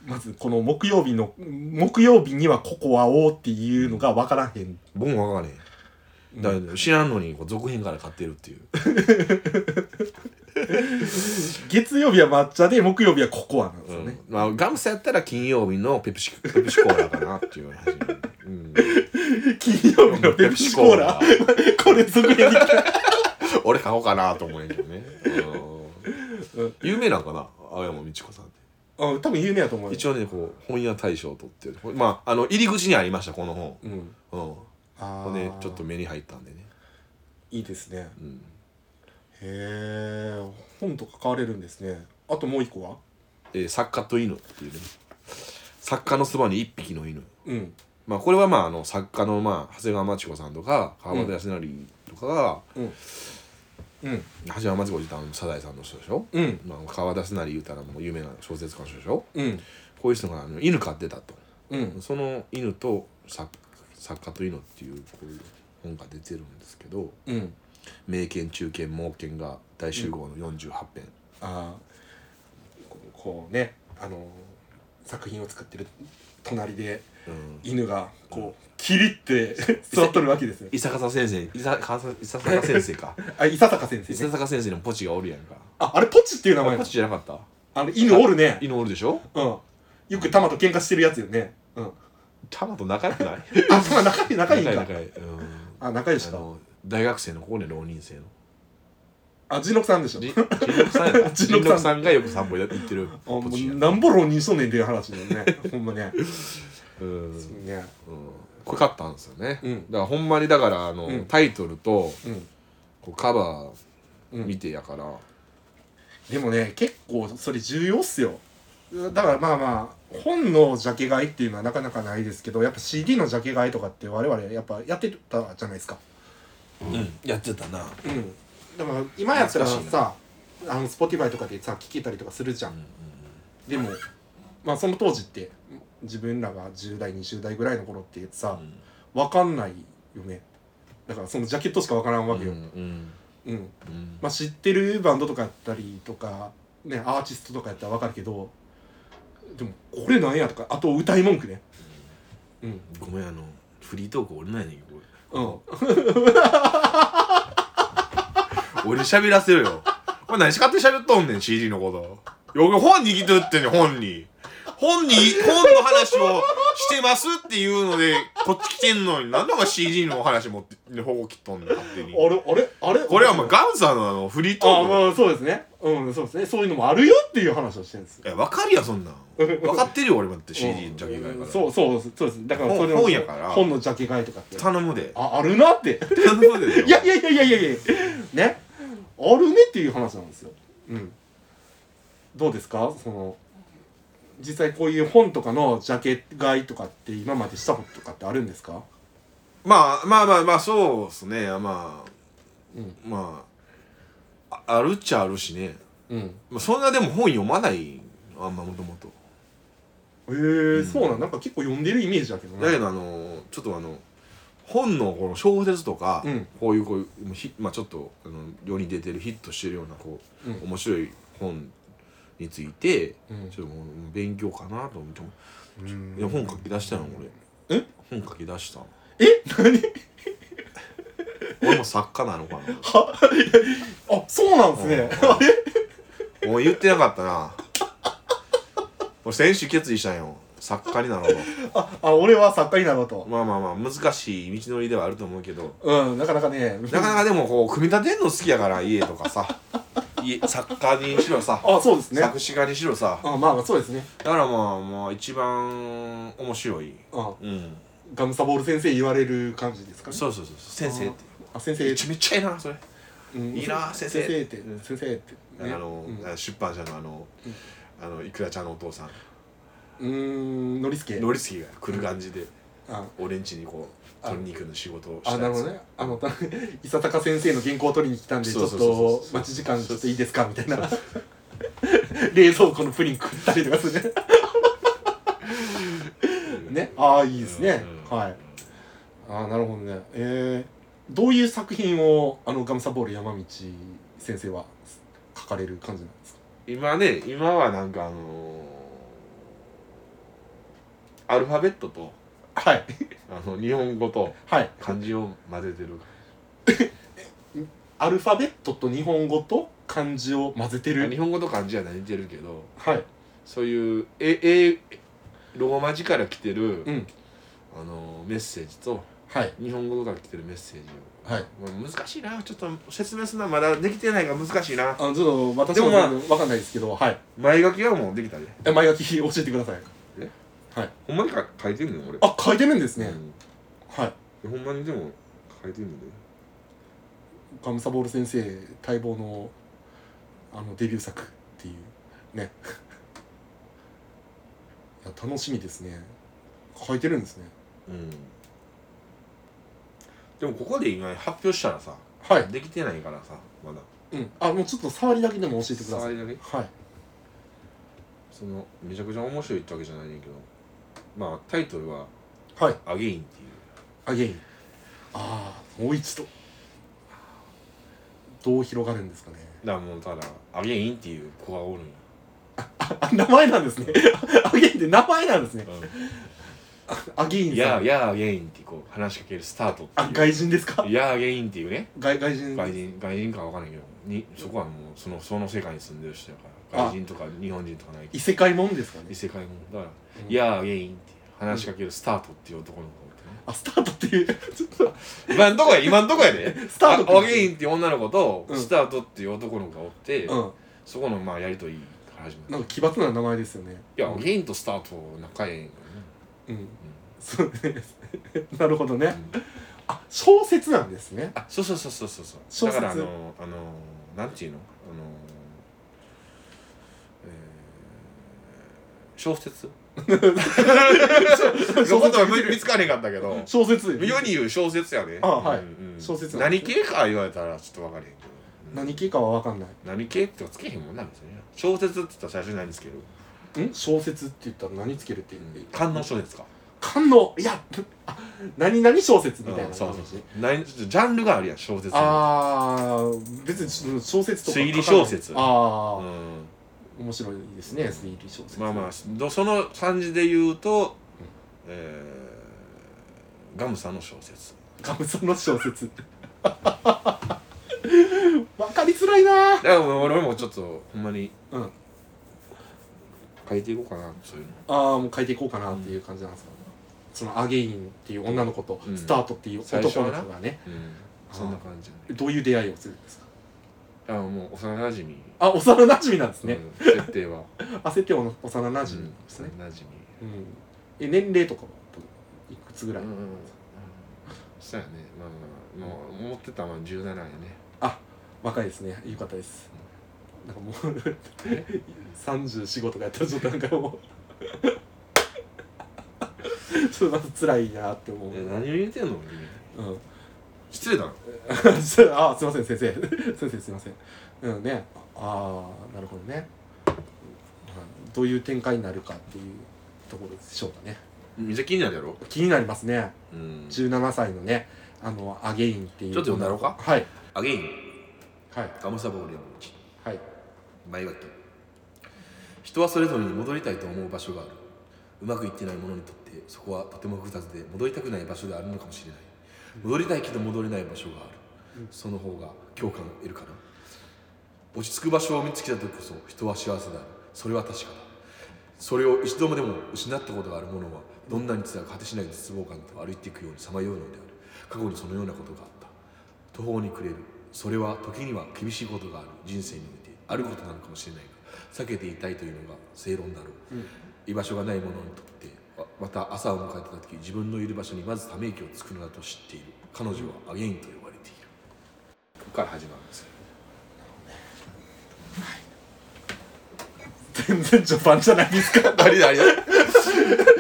[SPEAKER 2] まずこの木曜日の木曜日にはココアをっていうのが分からへん
[SPEAKER 1] 僕もわかんねえだから知らんのにこう続編から買ってるっていう
[SPEAKER 2] 月曜日は抹茶で木曜日はココアなんですよね、
[SPEAKER 1] うんまあ、ガムスやったら金曜日のペプシペプシコーラかなっていう話、うん、
[SPEAKER 2] 金曜日の ペプシコーラ これ続編できた
[SPEAKER 1] 俺買おうかなと思うんやけどね、う、
[SPEAKER 2] うん
[SPEAKER 1] 有名なんかな青山美智子さんって
[SPEAKER 2] あ多分有名やと思うよ
[SPEAKER 1] 一応ねこう本屋大賞を取ってるまああの入り口にありましたこの本
[SPEAKER 2] うん
[SPEAKER 1] うん
[SPEAKER 2] あ
[SPEAKER 1] ほん
[SPEAKER 2] あ、
[SPEAKER 1] でちょっと目に入ったんでね、
[SPEAKER 2] いいですね
[SPEAKER 1] うん、
[SPEAKER 2] へえ本とか買われるんですねあともう一個は
[SPEAKER 1] えー作家と犬」っていうね作家のそばに一匹の犬
[SPEAKER 2] うん
[SPEAKER 1] まあこれはまああの作家のまあ長谷川町子さんとか川端康成とかが、
[SPEAKER 2] うんうん
[SPEAKER 1] 長谷川町子って言ったらあのサザエさんの人でしょ、
[SPEAKER 2] うん
[SPEAKER 1] まあ、川端康成言うたらもう有名な小説家の人でしょ
[SPEAKER 2] うん
[SPEAKER 1] こういう人があの犬飼ってたと
[SPEAKER 2] うん
[SPEAKER 1] その犬と作作家と犬っていうこういう本が出てるんですけど
[SPEAKER 2] うん
[SPEAKER 1] 「名犬中犬猛犬」が大集合の48編、
[SPEAKER 2] あーこうこうねあのー作品を作ってる隣で
[SPEAKER 1] うん
[SPEAKER 2] 犬がこうキリって 座っとるわけですよ
[SPEAKER 1] 伊坂先生伊坂伊坂先生 か
[SPEAKER 2] あ伊佐坂先
[SPEAKER 1] 伊
[SPEAKER 2] 生、ね、
[SPEAKER 1] 坂先生のポチがおるやんか
[SPEAKER 2] ああれポチっていう名
[SPEAKER 1] あ
[SPEAKER 2] 前
[SPEAKER 1] ポチじゃなかっ
[SPEAKER 2] あの犬おるね
[SPEAKER 1] た犬おるでしょ
[SPEAKER 2] うんよく玉と喧嘩してるやつよねうん
[SPEAKER 1] たまと仲良くない
[SPEAKER 2] あそんな仲いい仲いいんか
[SPEAKER 1] 仲良い仲良いうん
[SPEAKER 2] あ仲良し
[SPEAKER 1] あ
[SPEAKER 2] か
[SPEAKER 1] の大学生のここね浪人 生の
[SPEAKER 2] あジノクさんでしょ
[SPEAKER 1] じじんのくさん や
[SPEAKER 2] じ
[SPEAKER 1] じ
[SPEAKER 2] んの
[SPEAKER 1] ん
[SPEAKER 2] くさん
[SPEAKER 1] のくさんがよく散歩行ってる
[SPEAKER 2] あもう
[SPEAKER 1] ポチや
[SPEAKER 2] なんぼ浪人しとんねんっていう話だよねほんま ね
[SPEAKER 1] うん
[SPEAKER 2] ね
[SPEAKER 1] うん濃かったんですよね、
[SPEAKER 2] うん
[SPEAKER 1] だからほんまにだからあの、
[SPEAKER 2] うん
[SPEAKER 1] タイトルと
[SPEAKER 2] うん
[SPEAKER 1] こうカバ
[SPEAKER 2] う
[SPEAKER 1] ー
[SPEAKER 2] ん
[SPEAKER 1] 見てやから、
[SPEAKER 2] でもね結構それ重要っすよだからまあまあ本のジャケ買いっていうのはなかなかないですけどやっぱ CD のジャケ買いとかって我々やっぱやってたじゃないですか
[SPEAKER 1] やってたな、
[SPEAKER 2] うんでも今やったら
[SPEAKER 1] 懐
[SPEAKER 2] さあの Spotify とかでさ聴けたりとかするじゃん
[SPEAKER 1] うん
[SPEAKER 2] でもまあその当時って自分らが10代20代ぐらいの頃ってさわかんないよねだからそのジャケットしかわからんわけよ
[SPEAKER 1] うんうん
[SPEAKER 2] うん
[SPEAKER 1] うん
[SPEAKER 2] まあ、知ってるバンドとかやったりとか、ね、アーティストとかやったら分かるけどでもこれなんやとかあと歌い文句ねうん
[SPEAKER 1] ごめんあのフリートーク俺ないねんけどこ
[SPEAKER 2] うん
[SPEAKER 1] れ俺喋らせろよお前何しかって喋っとんねん CD のことよく本握っとってんねん本に本に本の話をしてますっていうのでこっち来てんのに何でお前 CD のお話持っての方向切っとんねん勝手に
[SPEAKER 2] あれあれあれ
[SPEAKER 1] これはもう
[SPEAKER 2] あ
[SPEAKER 1] ガンさんのあのフリート
[SPEAKER 2] あ
[SPEAKER 1] ーク
[SPEAKER 2] まあそうですねうんそうですねそういうのもあるよっていう話をしてるんですよ
[SPEAKER 1] え分かるやそんなん分かってるよ俺もって CD
[SPEAKER 2] うん
[SPEAKER 1] ジャケ買いから
[SPEAKER 2] そうそうですそうですだから
[SPEAKER 1] 本
[SPEAKER 2] それを
[SPEAKER 1] 本やから
[SPEAKER 2] 本のジャケ買いとかって
[SPEAKER 1] 頼むで
[SPEAKER 2] ああるなって
[SPEAKER 1] 頼むでよ
[SPEAKER 2] いやいやいやいやいやいやねあるねっていう話なんですようんどうですかその実際こういう本とかのジャケ買いとかって今までしたこととかってあるんですか
[SPEAKER 1] まあまあまあまあそうっすねまあ、
[SPEAKER 2] うん
[SPEAKER 1] まあああるっちゃあるしね、
[SPEAKER 2] うん
[SPEAKER 1] まあ、そんなでも本読まないあんまもともと
[SPEAKER 2] へえそうなんなんか結構読んでるイメージだけどね
[SPEAKER 1] だけどあのちょっとあの本のこの小説とか、
[SPEAKER 2] うん
[SPEAKER 1] こういうこういうひまあちょっとあの世に出てるヒットしてるようなこう、
[SPEAKER 2] うん
[SPEAKER 1] 面白い本について
[SPEAKER 2] うん
[SPEAKER 1] ちょっともう勉強かなと思って
[SPEAKER 2] うん
[SPEAKER 1] いや本書き出したの俺
[SPEAKER 2] え
[SPEAKER 1] 本書き出したの
[SPEAKER 2] え何
[SPEAKER 1] 俺も作家なのかな
[SPEAKER 2] あそうなんで すねあれ
[SPEAKER 1] もう言ってなかったな俺選手決意したんよ作家になろうと
[SPEAKER 2] あ あ俺は作家になろうと
[SPEAKER 1] まあまあまあ難しい道のりではあると思うけど
[SPEAKER 2] うんなかなかね
[SPEAKER 1] なかなかでもこう組み立てんの好きやから家とかさ家作家にしろさ
[SPEAKER 2] あそうですね
[SPEAKER 1] 作詞家にしろさ
[SPEAKER 2] あまあそうですね
[SPEAKER 1] だからまあまあ一番面白い
[SPEAKER 2] あ
[SPEAKER 1] うん
[SPEAKER 2] ガムサボール先生言われる感じですかね
[SPEAKER 1] そうそうそう先生って
[SPEAKER 2] あ先生
[SPEAKER 1] めちゃめちゃええなそれ
[SPEAKER 2] うん
[SPEAKER 1] いいな先生
[SPEAKER 2] 先生って、先生って、
[SPEAKER 1] あの
[SPEAKER 2] うん
[SPEAKER 1] 出版社のあのあのいくらちゃんのお父さん
[SPEAKER 2] うーんのりすけ
[SPEAKER 1] ノリスキが来る感じで
[SPEAKER 2] あ
[SPEAKER 1] 俺ん家にこう取りに行くの仕事を
[SPEAKER 2] あ
[SPEAKER 1] やつ
[SPEAKER 2] なるほどねあのた 伊佐坂先生の原稿を取りに来たんでち
[SPEAKER 1] そ
[SPEAKER 2] ょ
[SPEAKER 1] う
[SPEAKER 2] っ
[SPEAKER 1] そうそうそう
[SPEAKER 2] と待ち時間ちょっといいですかみたいな冷蔵庫のプリン食ったりとかするねねああいいですね
[SPEAKER 1] うん
[SPEAKER 2] はいああなるほどねえー、どういう作品をあのガムサボール山道先生は書かれる感じなんですか
[SPEAKER 1] 今ね今はなんかあのーアルファベットと
[SPEAKER 2] はい
[SPEAKER 1] あの日本語と
[SPEAKER 2] はい
[SPEAKER 1] 漢字を混ぜてる
[SPEAKER 2] アルファベットと日本語と漢字を混ぜて
[SPEAKER 1] 日
[SPEAKER 2] る
[SPEAKER 1] 本語と漢字は似てるけど
[SPEAKER 2] はい
[SPEAKER 1] そういうええローマ字から来てる、
[SPEAKER 2] うん
[SPEAKER 1] あのーメッセージと
[SPEAKER 2] はい
[SPEAKER 1] 日本語から来てるメッセージ
[SPEAKER 2] はい
[SPEAKER 1] を、まあ難しいなちょっと説明するのはまだできてないから難しいな
[SPEAKER 2] あのちょっと私も
[SPEAKER 1] でもまあ
[SPEAKER 2] 分かんないですけどはい
[SPEAKER 1] 前書きはもうできたで
[SPEAKER 2] え前書き 教えてください
[SPEAKER 1] え
[SPEAKER 2] はい
[SPEAKER 1] ほんまにか書いてんねん俺
[SPEAKER 2] あ書いてるんですね、
[SPEAKER 1] うん
[SPEAKER 2] はい
[SPEAKER 1] ほんまにでも書いてんのね
[SPEAKER 2] ガムサボール先生待望のあのデビュー作っていうね いや楽しみですね書いてるんですね
[SPEAKER 1] うんでもここで今発表したらさ、
[SPEAKER 2] はい、
[SPEAKER 1] できてないからさまだ
[SPEAKER 2] うん、あもうちょっと触りだけでも教えてくだ
[SPEAKER 1] 触
[SPEAKER 2] さい
[SPEAKER 1] りだけ
[SPEAKER 2] はい
[SPEAKER 1] そのめちゃくちゃ面白いってわけじゃないねんけどまあタイトルは
[SPEAKER 2] はい
[SPEAKER 1] 「アゲイン」っていう
[SPEAKER 2] アゲインああもう一度どう広がるんですかね
[SPEAKER 1] だからもうただアゲインっていう子がおるんや、
[SPEAKER 2] あ 名前なんですね アゲインって名前なんですね
[SPEAKER 1] う
[SPEAKER 2] アゲイン
[SPEAKER 1] ん、
[SPEAKER 2] さん
[SPEAKER 1] やあやあアゲインってこう話しかけるスタートって
[SPEAKER 2] あ
[SPEAKER 1] いう
[SPEAKER 2] 外人ですか
[SPEAKER 1] いやーゲインっていうね
[SPEAKER 2] 外外人
[SPEAKER 1] 外人外人かわかんないけどにそこはもうそのその世界に住んでる人やから
[SPEAKER 2] あ
[SPEAKER 1] 外人とか日本人とかない
[SPEAKER 2] 異世界もんですか
[SPEAKER 1] 異
[SPEAKER 2] ね
[SPEAKER 1] 世界もだから「
[SPEAKER 2] うん
[SPEAKER 1] いやーゲイン」って話しかけるスタートっていう男の子がおってね
[SPEAKER 2] あスタートっていうちょっと
[SPEAKER 1] 今んとこや今んとこやで
[SPEAKER 2] スタートって
[SPEAKER 1] あアゲインっていう女の子と
[SPEAKER 2] うん
[SPEAKER 1] スタートっていう男の子がおって、
[SPEAKER 2] うん
[SPEAKER 1] そこのまあやりとりから始ま
[SPEAKER 2] な
[SPEAKER 1] る
[SPEAKER 2] んか奇抜な名前ですよね
[SPEAKER 1] いやアゲインとスタート仲ええんよね
[SPEAKER 2] うんそうね なるほどね、
[SPEAKER 1] うんうん
[SPEAKER 2] あ小説なんですね
[SPEAKER 1] あそうそうそうそうそうそ
[SPEAKER 2] 小
[SPEAKER 1] うだから
[SPEAKER 2] 説
[SPEAKER 1] あのあのなんていうのあのえー小 説のことは見つかれへんかったけど
[SPEAKER 2] 小説
[SPEAKER 1] 世に言う小説やね
[SPEAKER 2] あはい
[SPEAKER 1] うんうん
[SPEAKER 2] 小説なんで
[SPEAKER 1] 何
[SPEAKER 2] す
[SPEAKER 1] 系か言われたらちょっと分かれへんけどうん
[SPEAKER 2] 何系かは分かんない
[SPEAKER 1] 何系ってつけへんもんなんですね小説って言ったら最初に何つける
[SPEAKER 2] ん小説って言ったら何つけるっていう、
[SPEAKER 1] 観音小説か
[SPEAKER 2] 観音いやあ何々小説みたいな
[SPEAKER 1] うん
[SPEAKER 2] 感じ、
[SPEAKER 1] そうそうそう何ちょっとジャンルがあるやん小説
[SPEAKER 2] あー別にちょっと小説とか書かない
[SPEAKER 1] 推理小説う
[SPEAKER 2] ああ、
[SPEAKER 1] ん
[SPEAKER 2] 面白いですね推理小説
[SPEAKER 1] まあまあどその感じで言うと、えーガムさんの小説
[SPEAKER 2] ガムさんの小説わかりづらいな
[SPEAKER 1] だからもう俺もちょっとほんまに
[SPEAKER 2] うん
[SPEAKER 1] 書いていこうかなそういうの
[SPEAKER 2] ああもう書いていこうかなっていう感じなんですかね、そのアゲインっていう女の子と
[SPEAKER 1] うん
[SPEAKER 2] スタートっていう男
[SPEAKER 1] 最初は
[SPEAKER 2] の
[SPEAKER 1] な
[SPEAKER 2] 子がね、
[SPEAKER 1] うんそんな感じやね
[SPEAKER 2] どういう出会いをするんですか
[SPEAKER 1] あもう幼馴染み
[SPEAKER 2] あ幼馴染なんですね、
[SPEAKER 1] うん設定は
[SPEAKER 2] 焦っておの幼馴染なんですね、
[SPEAKER 1] うん幼馴染み
[SPEAKER 2] うんえ年齢とかはいくつぐらい、
[SPEAKER 1] うんうんうんそうやねまあまあまあもう思ってたのは17やね
[SPEAKER 2] 若いですねよかったですなんかもう 34とかやったらちょっとなんかもう ちょっとまず辛いなって思う、
[SPEAKER 1] え何を言ってんの君
[SPEAKER 2] うん
[SPEAKER 1] 失礼だろ
[SPEAKER 2] そう あすいません先生 先生すいませんうんねああなるほどね、はいどういう展開になるかっていうところでしょうかね
[SPEAKER 1] めっちゃ気になるやろ
[SPEAKER 2] 気になりますね
[SPEAKER 1] うん
[SPEAKER 2] 17歳のねあのアゲインっていう
[SPEAKER 1] ちょっと読んだろうか
[SPEAKER 2] はい
[SPEAKER 1] アゲイン
[SPEAKER 2] はい
[SPEAKER 1] ガムサボーレモンチ
[SPEAKER 2] はい
[SPEAKER 1] マイバット人はそれぞれに戻りたいと思う場所があるうまくいってない者にとってそこはとても複雑で戻りたくない場所であるのかもしれない戻りたいけど戻れない場所があるその方が共感を得るかな落ち着く場所を見つけた時こそ人は幸せであるそれは確かだそれを一度もでも失ったことがある者はどんなに辛く果てしない絶望感と歩いていくようにさまようのである過去にそのようなことがあった途方に暮れるそれは時には厳しいことがある人生においてあることなのかもしれないが避けていたいというのが正論だろう、居場所がない者にとってわまた朝を迎えた時自分のいる場所にまずため息をつくのだと知っている彼女はアゲインと呼ばれているここから始まるんですよ
[SPEAKER 2] 全然序盤じゃないですか
[SPEAKER 1] あれあ れ
[SPEAKER 3] で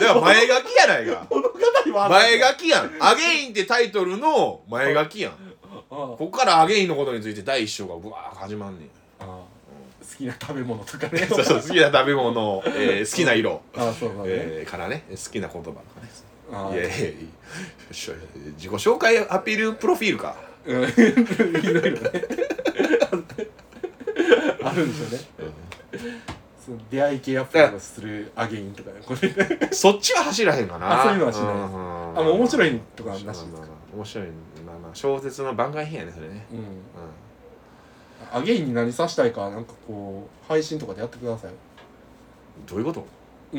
[SPEAKER 3] は前書きやないか
[SPEAKER 2] 物語は
[SPEAKER 3] 前書きやんアゲインってタイトルの前書きやん
[SPEAKER 2] あ
[SPEAKER 1] ここからアゲインのことについて第一章がぶわー始まんねん
[SPEAKER 2] あ好きな食べ物とか ね
[SPEAKER 3] そうそう好きな食べ物、えー好きな色、
[SPEAKER 2] ああそうだね、
[SPEAKER 3] えーからね好きな言葉とかね
[SPEAKER 2] ああ
[SPEAKER 3] いやいやいやしょ自己紹介アピールプロフィールか
[SPEAKER 2] うん いろいろねあるんですよね、その出会い系アプリをするアゲインとかねこれね
[SPEAKER 3] そっちは走らへんかな
[SPEAKER 2] あそういうのはしないです
[SPEAKER 3] うん
[SPEAKER 2] あもう面白いとかなしです
[SPEAKER 1] まあまあまあ面白いまあまあ小説の番外編やねそれね
[SPEAKER 2] うん
[SPEAKER 1] うん
[SPEAKER 2] アゲインに何さしたいかなんかこう配信とかでやってください
[SPEAKER 1] どういうこと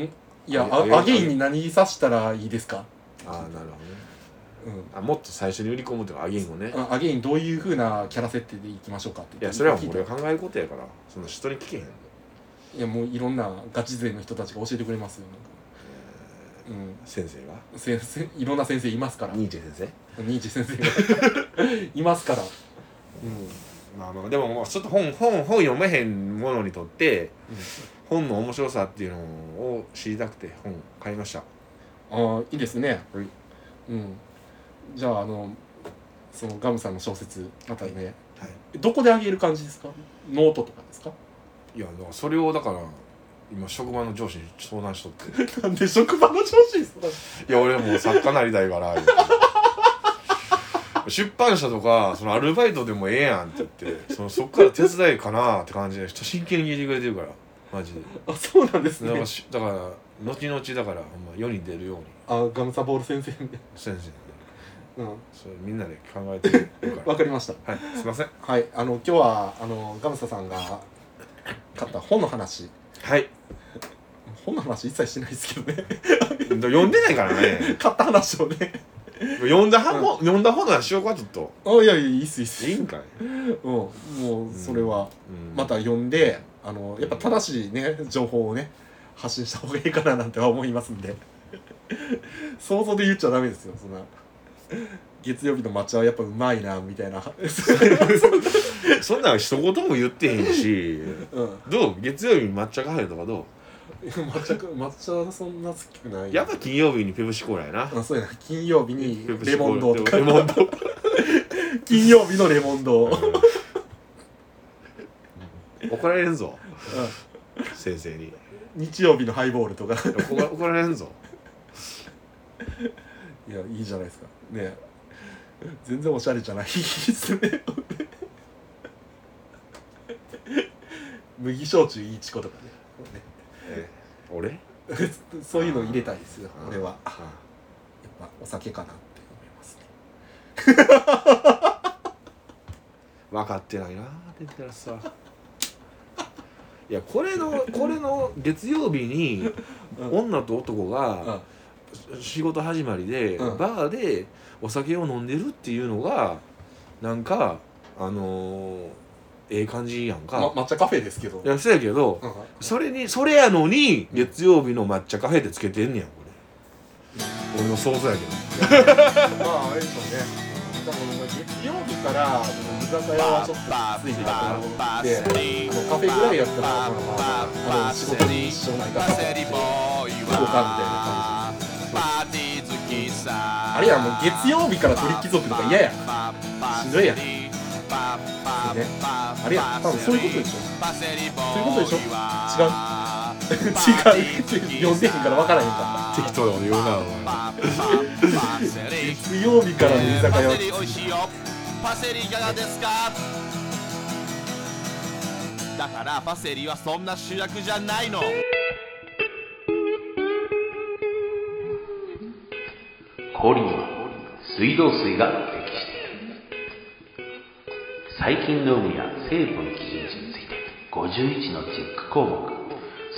[SPEAKER 2] いや
[SPEAKER 1] あ
[SPEAKER 2] あ
[SPEAKER 1] アゲイン
[SPEAKER 2] アゲインに何さしたらいいですか
[SPEAKER 1] ああなるほどね
[SPEAKER 2] うん
[SPEAKER 1] あもっと最初に売り込むとかあげんをね
[SPEAKER 2] あアゲインどういうふうなキャラ設定でいきましょうかって
[SPEAKER 1] いやそれはもう
[SPEAKER 2] 聞
[SPEAKER 1] 俺
[SPEAKER 2] い
[SPEAKER 1] が考えることやからその人に聞けへん
[SPEAKER 2] ていやもういろんなガチ勢の人たちが教えてくれますよなんか
[SPEAKER 1] 先生が
[SPEAKER 2] うん先生いろんな先生いますから
[SPEAKER 1] ニーチェ先
[SPEAKER 2] ニーチェ先生が いますからうん
[SPEAKER 1] 生まあまあでももうちょっと本本本読めへんものにとって本の面白さっていうのを知りたくて本買いました
[SPEAKER 2] ああいいですね、
[SPEAKER 1] はい
[SPEAKER 2] うんじゃああのそのガムさんの小説またね、
[SPEAKER 1] は
[SPEAKER 2] どこであげる感じですかノートとかですか
[SPEAKER 1] いやだからそれをだから今職場の上司に相談しと って
[SPEAKER 2] なんで職場の上司ですか
[SPEAKER 1] いや俺もう作家なりたいから言うて出版社とかそのアルバイトでもええやんって言ってそのそっから手伝いかなって感じで人真剣に聞いてくれてるからマジで
[SPEAKER 2] あそうなんです
[SPEAKER 1] なん
[SPEAKER 2] ね
[SPEAKER 1] かしだから後々だからほんま世に出るように
[SPEAKER 2] あガムサボール先生ね
[SPEAKER 1] 先生
[SPEAKER 2] うん
[SPEAKER 1] それみんなで考えてるか
[SPEAKER 2] わかりました
[SPEAKER 1] らはいすいません
[SPEAKER 2] はいあの今日はあのガムサさんが買った本の話
[SPEAKER 1] はい
[SPEAKER 2] 本の話一切してないですけどね
[SPEAKER 1] 読んでないからね
[SPEAKER 2] 買った話をね
[SPEAKER 1] 読んだ本、も読んだ本なんしようかちょっと
[SPEAKER 2] あいやいやいいっすいいっす
[SPEAKER 1] いいんかい、
[SPEAKER 2] うんもうそれは
[SPEAKER 1] うん
[SPEAKER 2] また読んであのやっぱ正しいね情報をね発信した方がいいかななんては思いますんで 想像で言っちゃダメですよそんな月曜日の抹茶はやっぱうまいなみたいな
[SPEAKER 1] そんなん一言も言ってへんし
[SPEAKER 2] うん
[SPEAKER 1] どう月曜日に抹茶カフェとかど
[SPEAKER 2] 抹茶く抹茶そんな好きくな
[SPEAKER 1] う
[SPEAKER 2] い
[SPEAKER 1] やっぱ金曜日にペプシコーラやな
[SPEAKER 2] あそうやな金曜 日に
[SPEAKER 1] ペプ
[SPEAKER 2] レ
[SPEAKER 1] シコ
[SPEAKER 2] モンド
[SPEAKER 1] ー
[SPEAKER 2] と
[SPEAKER 1] ラ
[SPEAKER 2] か
[SPEAKER 1] レモンド
[SPEAKER 2] 金曜日のレモンド、うん
[SPEAKER 1] 怒られんぞ先生に
[SPEAKER 2] 日曜日のハイボールとか
[SPEAKER 1] 怒ら怒られんぞ
[SPEAKER 2] いやいいじゃないですかね全然おしゃれじゃないですね麦焼酎いいチコとか
[SPEAKER 1] え俺
[SPEAKER 2] ねそういうの入れたいですよ
[SPEAKER 1] うん
[SPEAKER 2] 俺はやっ
[SPEAKER 1] あ
[SPEAKER 2] ぱお酒かなって思いますね
[SPEAKER 1] 分かってないなって言ったらさいやこれのこれの月曜日に
[SPEAKER 2] うん
[SPEAKER 1] 女と男が仕事始まりで、
[SPEAKER 2] うん
[SPEAKER 1] バーでお酒を飲んでるっていうのがなんかあのーええ感じやんか、
[SPEAKER 2] ま抹茶カフェですけど
[SPEAKER 1] いやそうやけど、
[SPEAKER 2] うん
[SPEAKER 1] それにそれやのに月曜日の抹茶カフェってつけてんねやんこれ俺の想像やけど
[SPEAKER 2] まああれでしょうね多分月曜日から居酒屋はちょっときついなと思ってあのカフェぐらいやったらまあまあまああの仕事に支障ないから あれやもう月曜日から鳥貴族とか嫌やしんどいやんねあれや多分そういうことでしょそういうことでしょ違う 違う呼んでへんから分からへんか
[SPEAKER 1] 適当なこと言うなお前
[SPEAKER 2] 月曜日からの居酒屋は
[SPEAKER 4] パセリ美味しいよパセリいかがですかだからパセリはそんな主役じゃないの
[SPEAKER 5] 氷には水道水が適している細菌の有無や成分基準値について51のチェック項目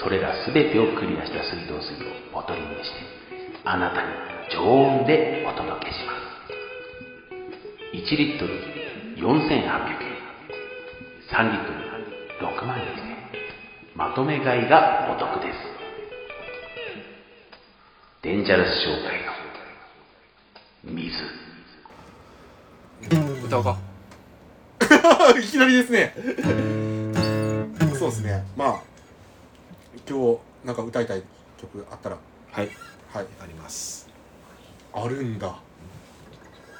[SPEAKER 5] それら全てをクリアした水道水をボトリングしてあなたに常温でお届けします1リットル4800円3リットル6万円まとめ買いがお得ですデンジャラス商会の水
[SPEAKER 1] 歌おうか
[SPEAKER 2] いきなりですねそうですねまあ今日なんか歌いたい曲あったら
[SPEAKER 1] はい
[SPEAKER 2] はい
[SPEAKER 1] あります
[SPEAKER 2] あるんだ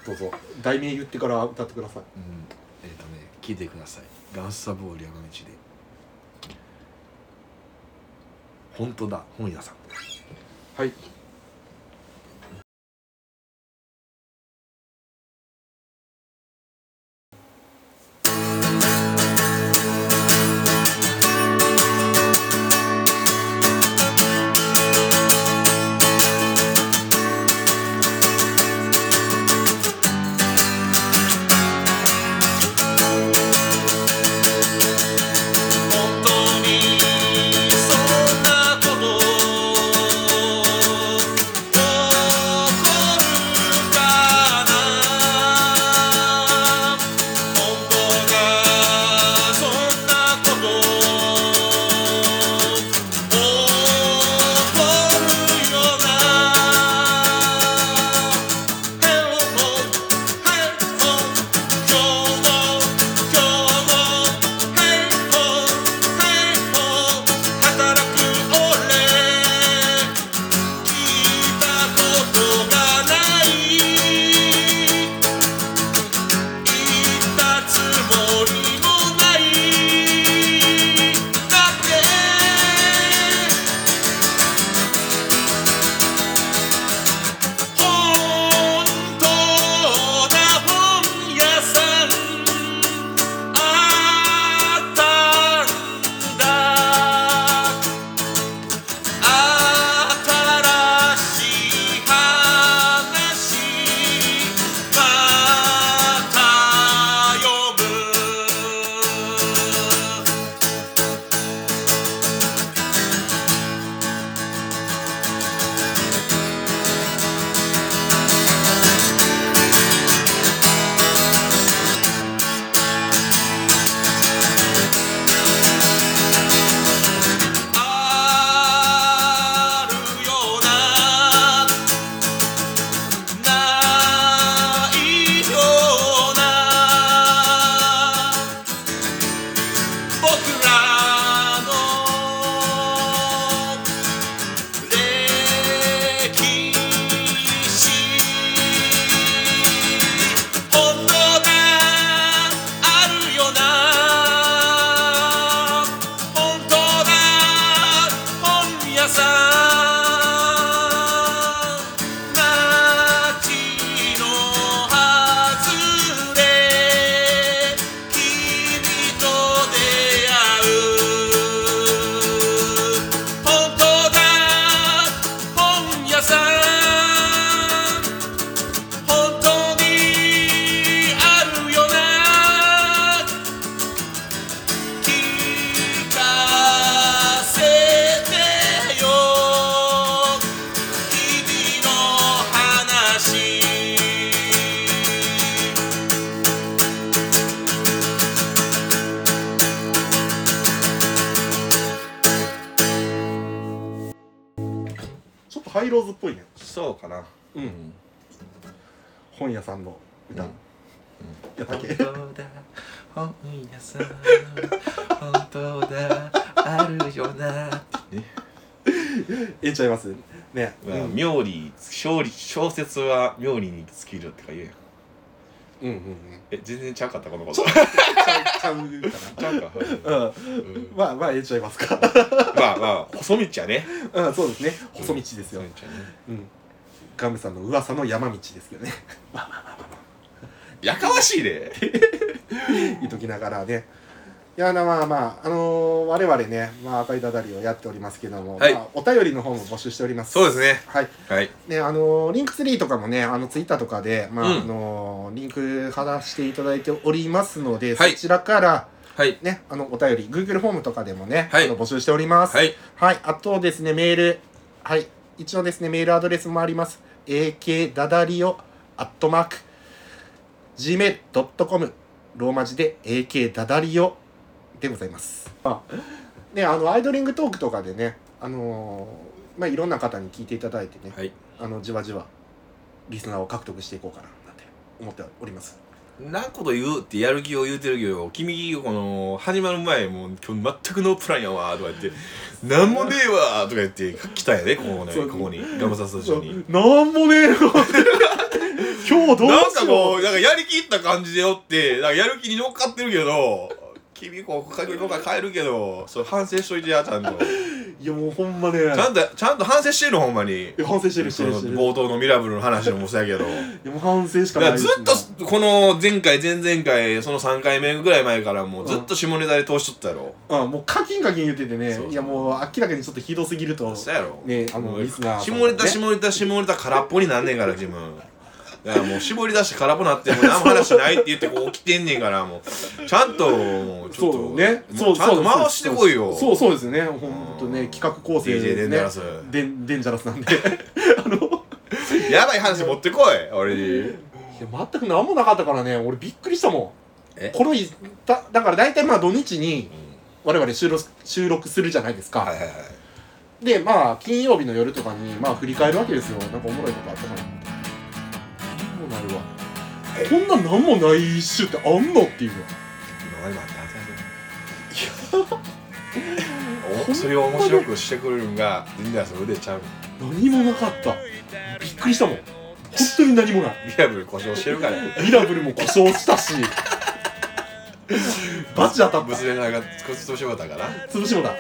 [SPEAKER 2] どうぞ題名言ってから歌ってください
[SPEAKER 1] うんえっ、とね聞いてくださいガンスサボール山道で本当だ本屋さん
[SPEAKER 2] はい
[SPEAKER 4] 本当にそんなこと
[SPEAKER 2] イローズっぽいね
[SPEAKER 1] そうかな
[SPEAKER 2] うん本屋さんの歌、
[SPEAKER 1] うん
[SPEAKER 2] やったっけ
[SPEAKER 6] 本当だ本屋さんの本当だあるよな
[SPEAKER 2] ええちゃいますね、
[SPEAKER 1] まあ妙利勝利小説は妙利に尽きるってか言うやん
[SPEAKER 2] うんうんうん
[SPEAKER 1] え全然ちゃうかったこのこと
[SPEAKER 2] ちゃうちゃうか
[SPEAKER 1] ちゃうか
[SPEAKER 2] なうんまあまあええちゃいますか
[SPEAKER 1] まあまあ細道やね
[SPEAKER 2] うんそうですね細道です
[SPEAKER 1] 細道
[SPEAKER 2] よ、
[SPEAKER 1] やね
[SPEAKER 2] うんガムさんの噂の山道ですけどね
[SPEAKER 1] やかましいで
[SPEAKER 2] 言っときながらねいやなまあまああのー我々ね、まあ、赤いダダリをやっておりますけども、
[SPEAKER 1] はい
[SPEAKER 2] まあ、お便りの方も募集しております
[SPEAKER 1] そうですね
[SPEAKER 2] はい
[SPEAKER 1] はい
[SPEAKER 2] ね、あのーリンク3とかもね、あの、ツイッターとかで、まあ、
[SPEAKER 1] うん
[SPEAKER 2] あのーリンク貼らせていただいておりますので、
[SPEAKER 1] はい
[SPEAKER 2] そちらから、
[SPEAKER 1] はい
[SPEAKER 2] ね、あの、お便り、Google フォームとかでもね、
[SPEAKER 1] はい
[SPEAKER 2] あの募集しております。
[SPEAKER 1] はい
[SPEAKER 2] はい。あとですね、メール。はい。一応ですね、メールアドレスもあります。ak ダダリオアットマーク gmail.com ローマ字で ak ダダリオでございます。あね、あの、アイドリングトークとかでね、あのーまあ、いろんな方に聞いていただいてね、
[SPEAKER 1] はい
[SPEAKER 2] あの、じわじわリスナーを獲得していこうかな、なんて思っております。
[SPEAKER 1] なこと言うってやる気を言うてるけど君この始まる前もう今日全くノープランやわとか言って「なんもねえわ」とか言って来たんやでここね
[SPEAKER 2] そう
[SPEAKER 1] ここにガムサスタジオに。
[SPEAKER 2] なんもねえ よ今日どう
[SPEAKER 1] なん
[SPEAKER 2] し
[SPEAKER 1] か
[SPEAKER 2] よ
[SPEAKER 1] こ
[SPEAKER 2] う
[SPEAKER 1] うなんかやりきった感じでおってなんかやる気に乗っかってるけど君こう今回変えるけどそれ反省しといてやちゃんとち
[SPEAKER 2] いや、もうほんまね。
[SPEAKER 1] ゃんとちゃんと反省してるのほんまに
[SPEAKER 2] いや反省してるし
[SPEAKER 1] そ
[SPEAKER 2] てる
[SPEAKER 1] の
[SPEAKER 2] してる
[SPEAKER 1] 冒頭のミラブルの話のもそうやけど。
[SPEAKER 2] でも反省しか
[SPEAKER 1] だか
[SPEAKER 2] ない
[SPEAKER 1] ら
[SPEAKER 2] です
[SPEAKER 1] ず
[SPEAKER 2] ね
[SPEAKER 1] っとこの前回前々回その3回目ぐらい前からもうずっと下ネタで通しとったやろ、
[SPEAKER 2] うん、もうカキンカキン言っててね
[SPEAKER 1] そうそう
[SPEAKER 2] いやもう明らかにちょっとひどすぎると
[SPEAKER 1] そうやろ
[SPEAKER 2] ねあのリスナーさ
[SPEAKER 1] 下
[SPEAKER 2] んもね
[SPEAKER 1] ネタ下ネタ下ネタ空っぽになんねんから自分だからもう絞り出して空っぽなってもう何も話ないって言ってこう起きてんねんからもうちゃんともうちょっと
[SPEAKER 2] そうね
[SPEAKER 1] も
[SPEAKER 2] そうう
[SPEAKER 1] ちゃんと回してこいよ
[SPEAKER 2] そうそうそうですよねほんとね企画構成
[SPEAKER 1] DJ デンジャラス
[SPEAKER 2] デンデンジャラス なんであのい
[SPEAKER 1] やばい話持ってこい俺に
[SPEAKER 2] や全く何もなかったからね俺びっくりしたもん
[SPEAKER 1] え
[SPEAKER 2] このいだだから大体まあ土日に我々収録収録するじゃないですか、
[SPEAKER 1] はいはいはい
[SPEAKER 2] でまあ金曜日の夜とかにまあ振り返るわけですよなんかおもろいことあったかな何もないわこんな何もない週ってあんのっていうの
[SPEAKER 1] 今今お それを面白くしてくれるんがデンジャラスの腕ちゃう
[SPEAKER 2] 何もなかったびっくりしたもん本当に何もない
[SPEAKER 1] ミラブル故障してるから
[SPEAKER 2] ミラブルも故障したしバチ当たっ
[SPEAKER 1] 物
[SPEAKER 2] た
[SPEAKER 1] 理なんか少し潰してもらったから
[SPEAKER 2] 潰しもだ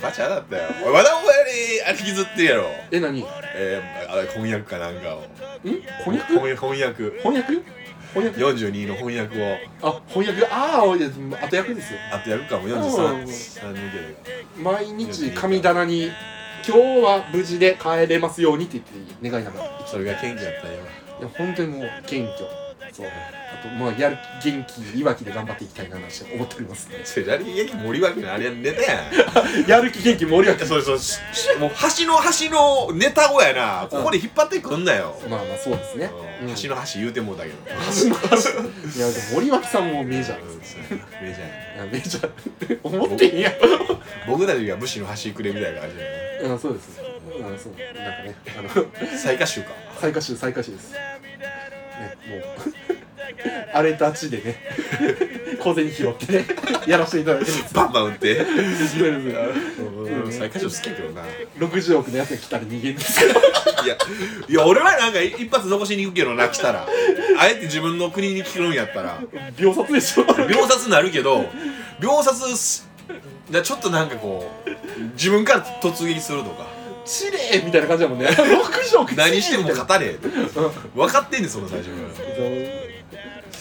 [SPEAKER 1] バチ当たったよおいまだお前にあれ引きずってるやろ
[SPEAKER 2] え何ん
[SPEAKER 1] えー、あれ翻訳かなんかを
[SPEAKER 2] 翻訳
[SPEAKER 1] 翻翻訳
[SPEAKER 2] 翻訳翻訳
[SPEAKER 1] 42の翻訳を
[SPEAKER 2] あ翻訳ああいや後役ですよ
[SPEAKER 1] あとやるかも
[SPEAKER 2] うん
[SPEAKER 1] 43三人で
[SPEAKER 2] 毎日神棚に今日は無事で帰れますようにって言って願いながらい
[SPEAKER 1] それが謙虚やったよ
[SPEAKER 2] や本当にもう謙虚そうあとまあやる気元気いわきで頑張っていきたいななんて思っております
[SPEAKER 1] それやり劇森脇のあれやネタやん
[SPEAKER 2] やる気元気盛り上げ
[SPEAKER 1] そうそうしもう端の端のネタ語やなここで引っ張ってくんなよ、
[SPEAKER 2] まあまあそうですね
[SPEAKER 1] うん
[SPEAKER 2] うん
[SPEAKER 1] 端の端言うてもうたけど
[SPEAKER 2] いやでも森脇さんもメジャーです
[SPEAKER 1] そうやなメジャーや
[SPEAKER 2] いやメジャー思ってんや
[SPEAKER 1] 僕たちが武士の端くれみたいな感じや
[SPEAKER 2] うんそうですうんそうなんかねあの
[SPEAKER 1] な最下手か
[SPEAKER 2] 最下手最下手ですねもう 荒れた地でね小銭拾ってねやらせていただいてるんです
[SPEAKER 1] バンバン打って
[SPEAKER 2] いわゆ る
[SPEAKER 1] うん最下手好きやけどな
[SPEAKER 2] 60億のやつが来たら逃げんですけど
[SPEAKER 1] いや、いや俺はなんか一発残しに行くけどな、来たら。あえて自分の国に来るんやったら。
[SPEAKER 2] 秒殺でしょ
[SPEAKER 1] 秒殺になるけど、秒殺し、なちょっとなんかこう、自分から突撃するとか、
[SPEAKER 2] チレーみたいな感じだもんね60億
[SPEAKER 1] 何しても
[SPEAKER 2] チレーみたいな
[SPEAKER 1] 勝たれへん。分かってんねん、その最初か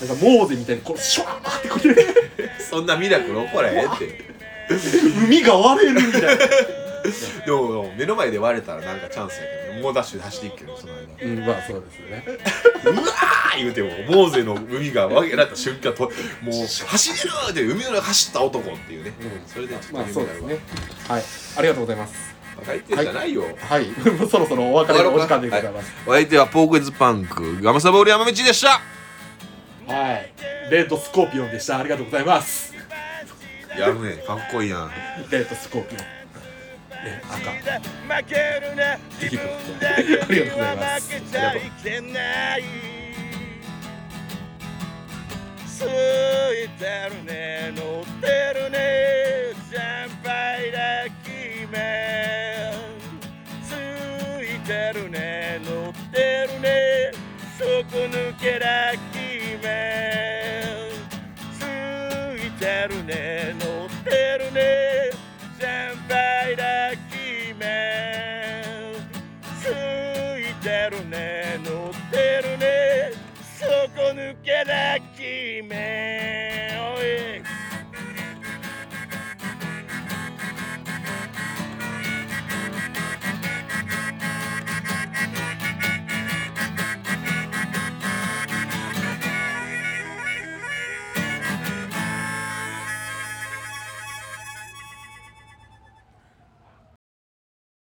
[SPEAKER 2] なんかモーゼみたいにこうシュワーってこれ
[SPEAKER 1] ら。そんなミラクル起こらへんって。
[SPEAKER 2] 海が割れるみたいな
[SPEAKER 1] でも、目の前で割れたらなんかチャンスやけど、猛ダッシュで走っていくけど、その間。
[SPEAKER 2] うんまあそうですよね
[SPEAKER 1] うわー言うても、モーゼの海が分けられた瞬間と、もう、走れるって、海の中走った男っていうね。それでちょっと
[SPEAKER 2] まあ
[SPEAKER 1] 夢
[SPEAKER 2] そう
[SPEAKER 1] があ
[SPEAKER 2] で
[SPEAKER 1] る
[SPEAKER 2] す
[SPEAKER 1] わ
[SPEAKER 2] ね。はい、ありがとうございます。
[SPEAKER 1] バカ言ってんじゃないよ。
[SPEAKER 2] はい、 もうそろそろお別れのお時間でございます。
[SPEAKER 1] お相手はポークイズパンクガムサボール山道でした
[SPEAKER 2] はい、レッドスコーピオンでした。ありがとうございます。
[SPEAKER 1] やるねかっこいいやん
[SPEAKER 2] レッドスコーピオン。ね、赤
[SPEAKER 4] 負けるな自分だけには負けちゃいけないついてるね乗ってるね先輩だ君ついてるね乗ってるね底抜けだ君ついてるね乗ってるね先輩だ君ついてるね乗ってるね底抜けだ君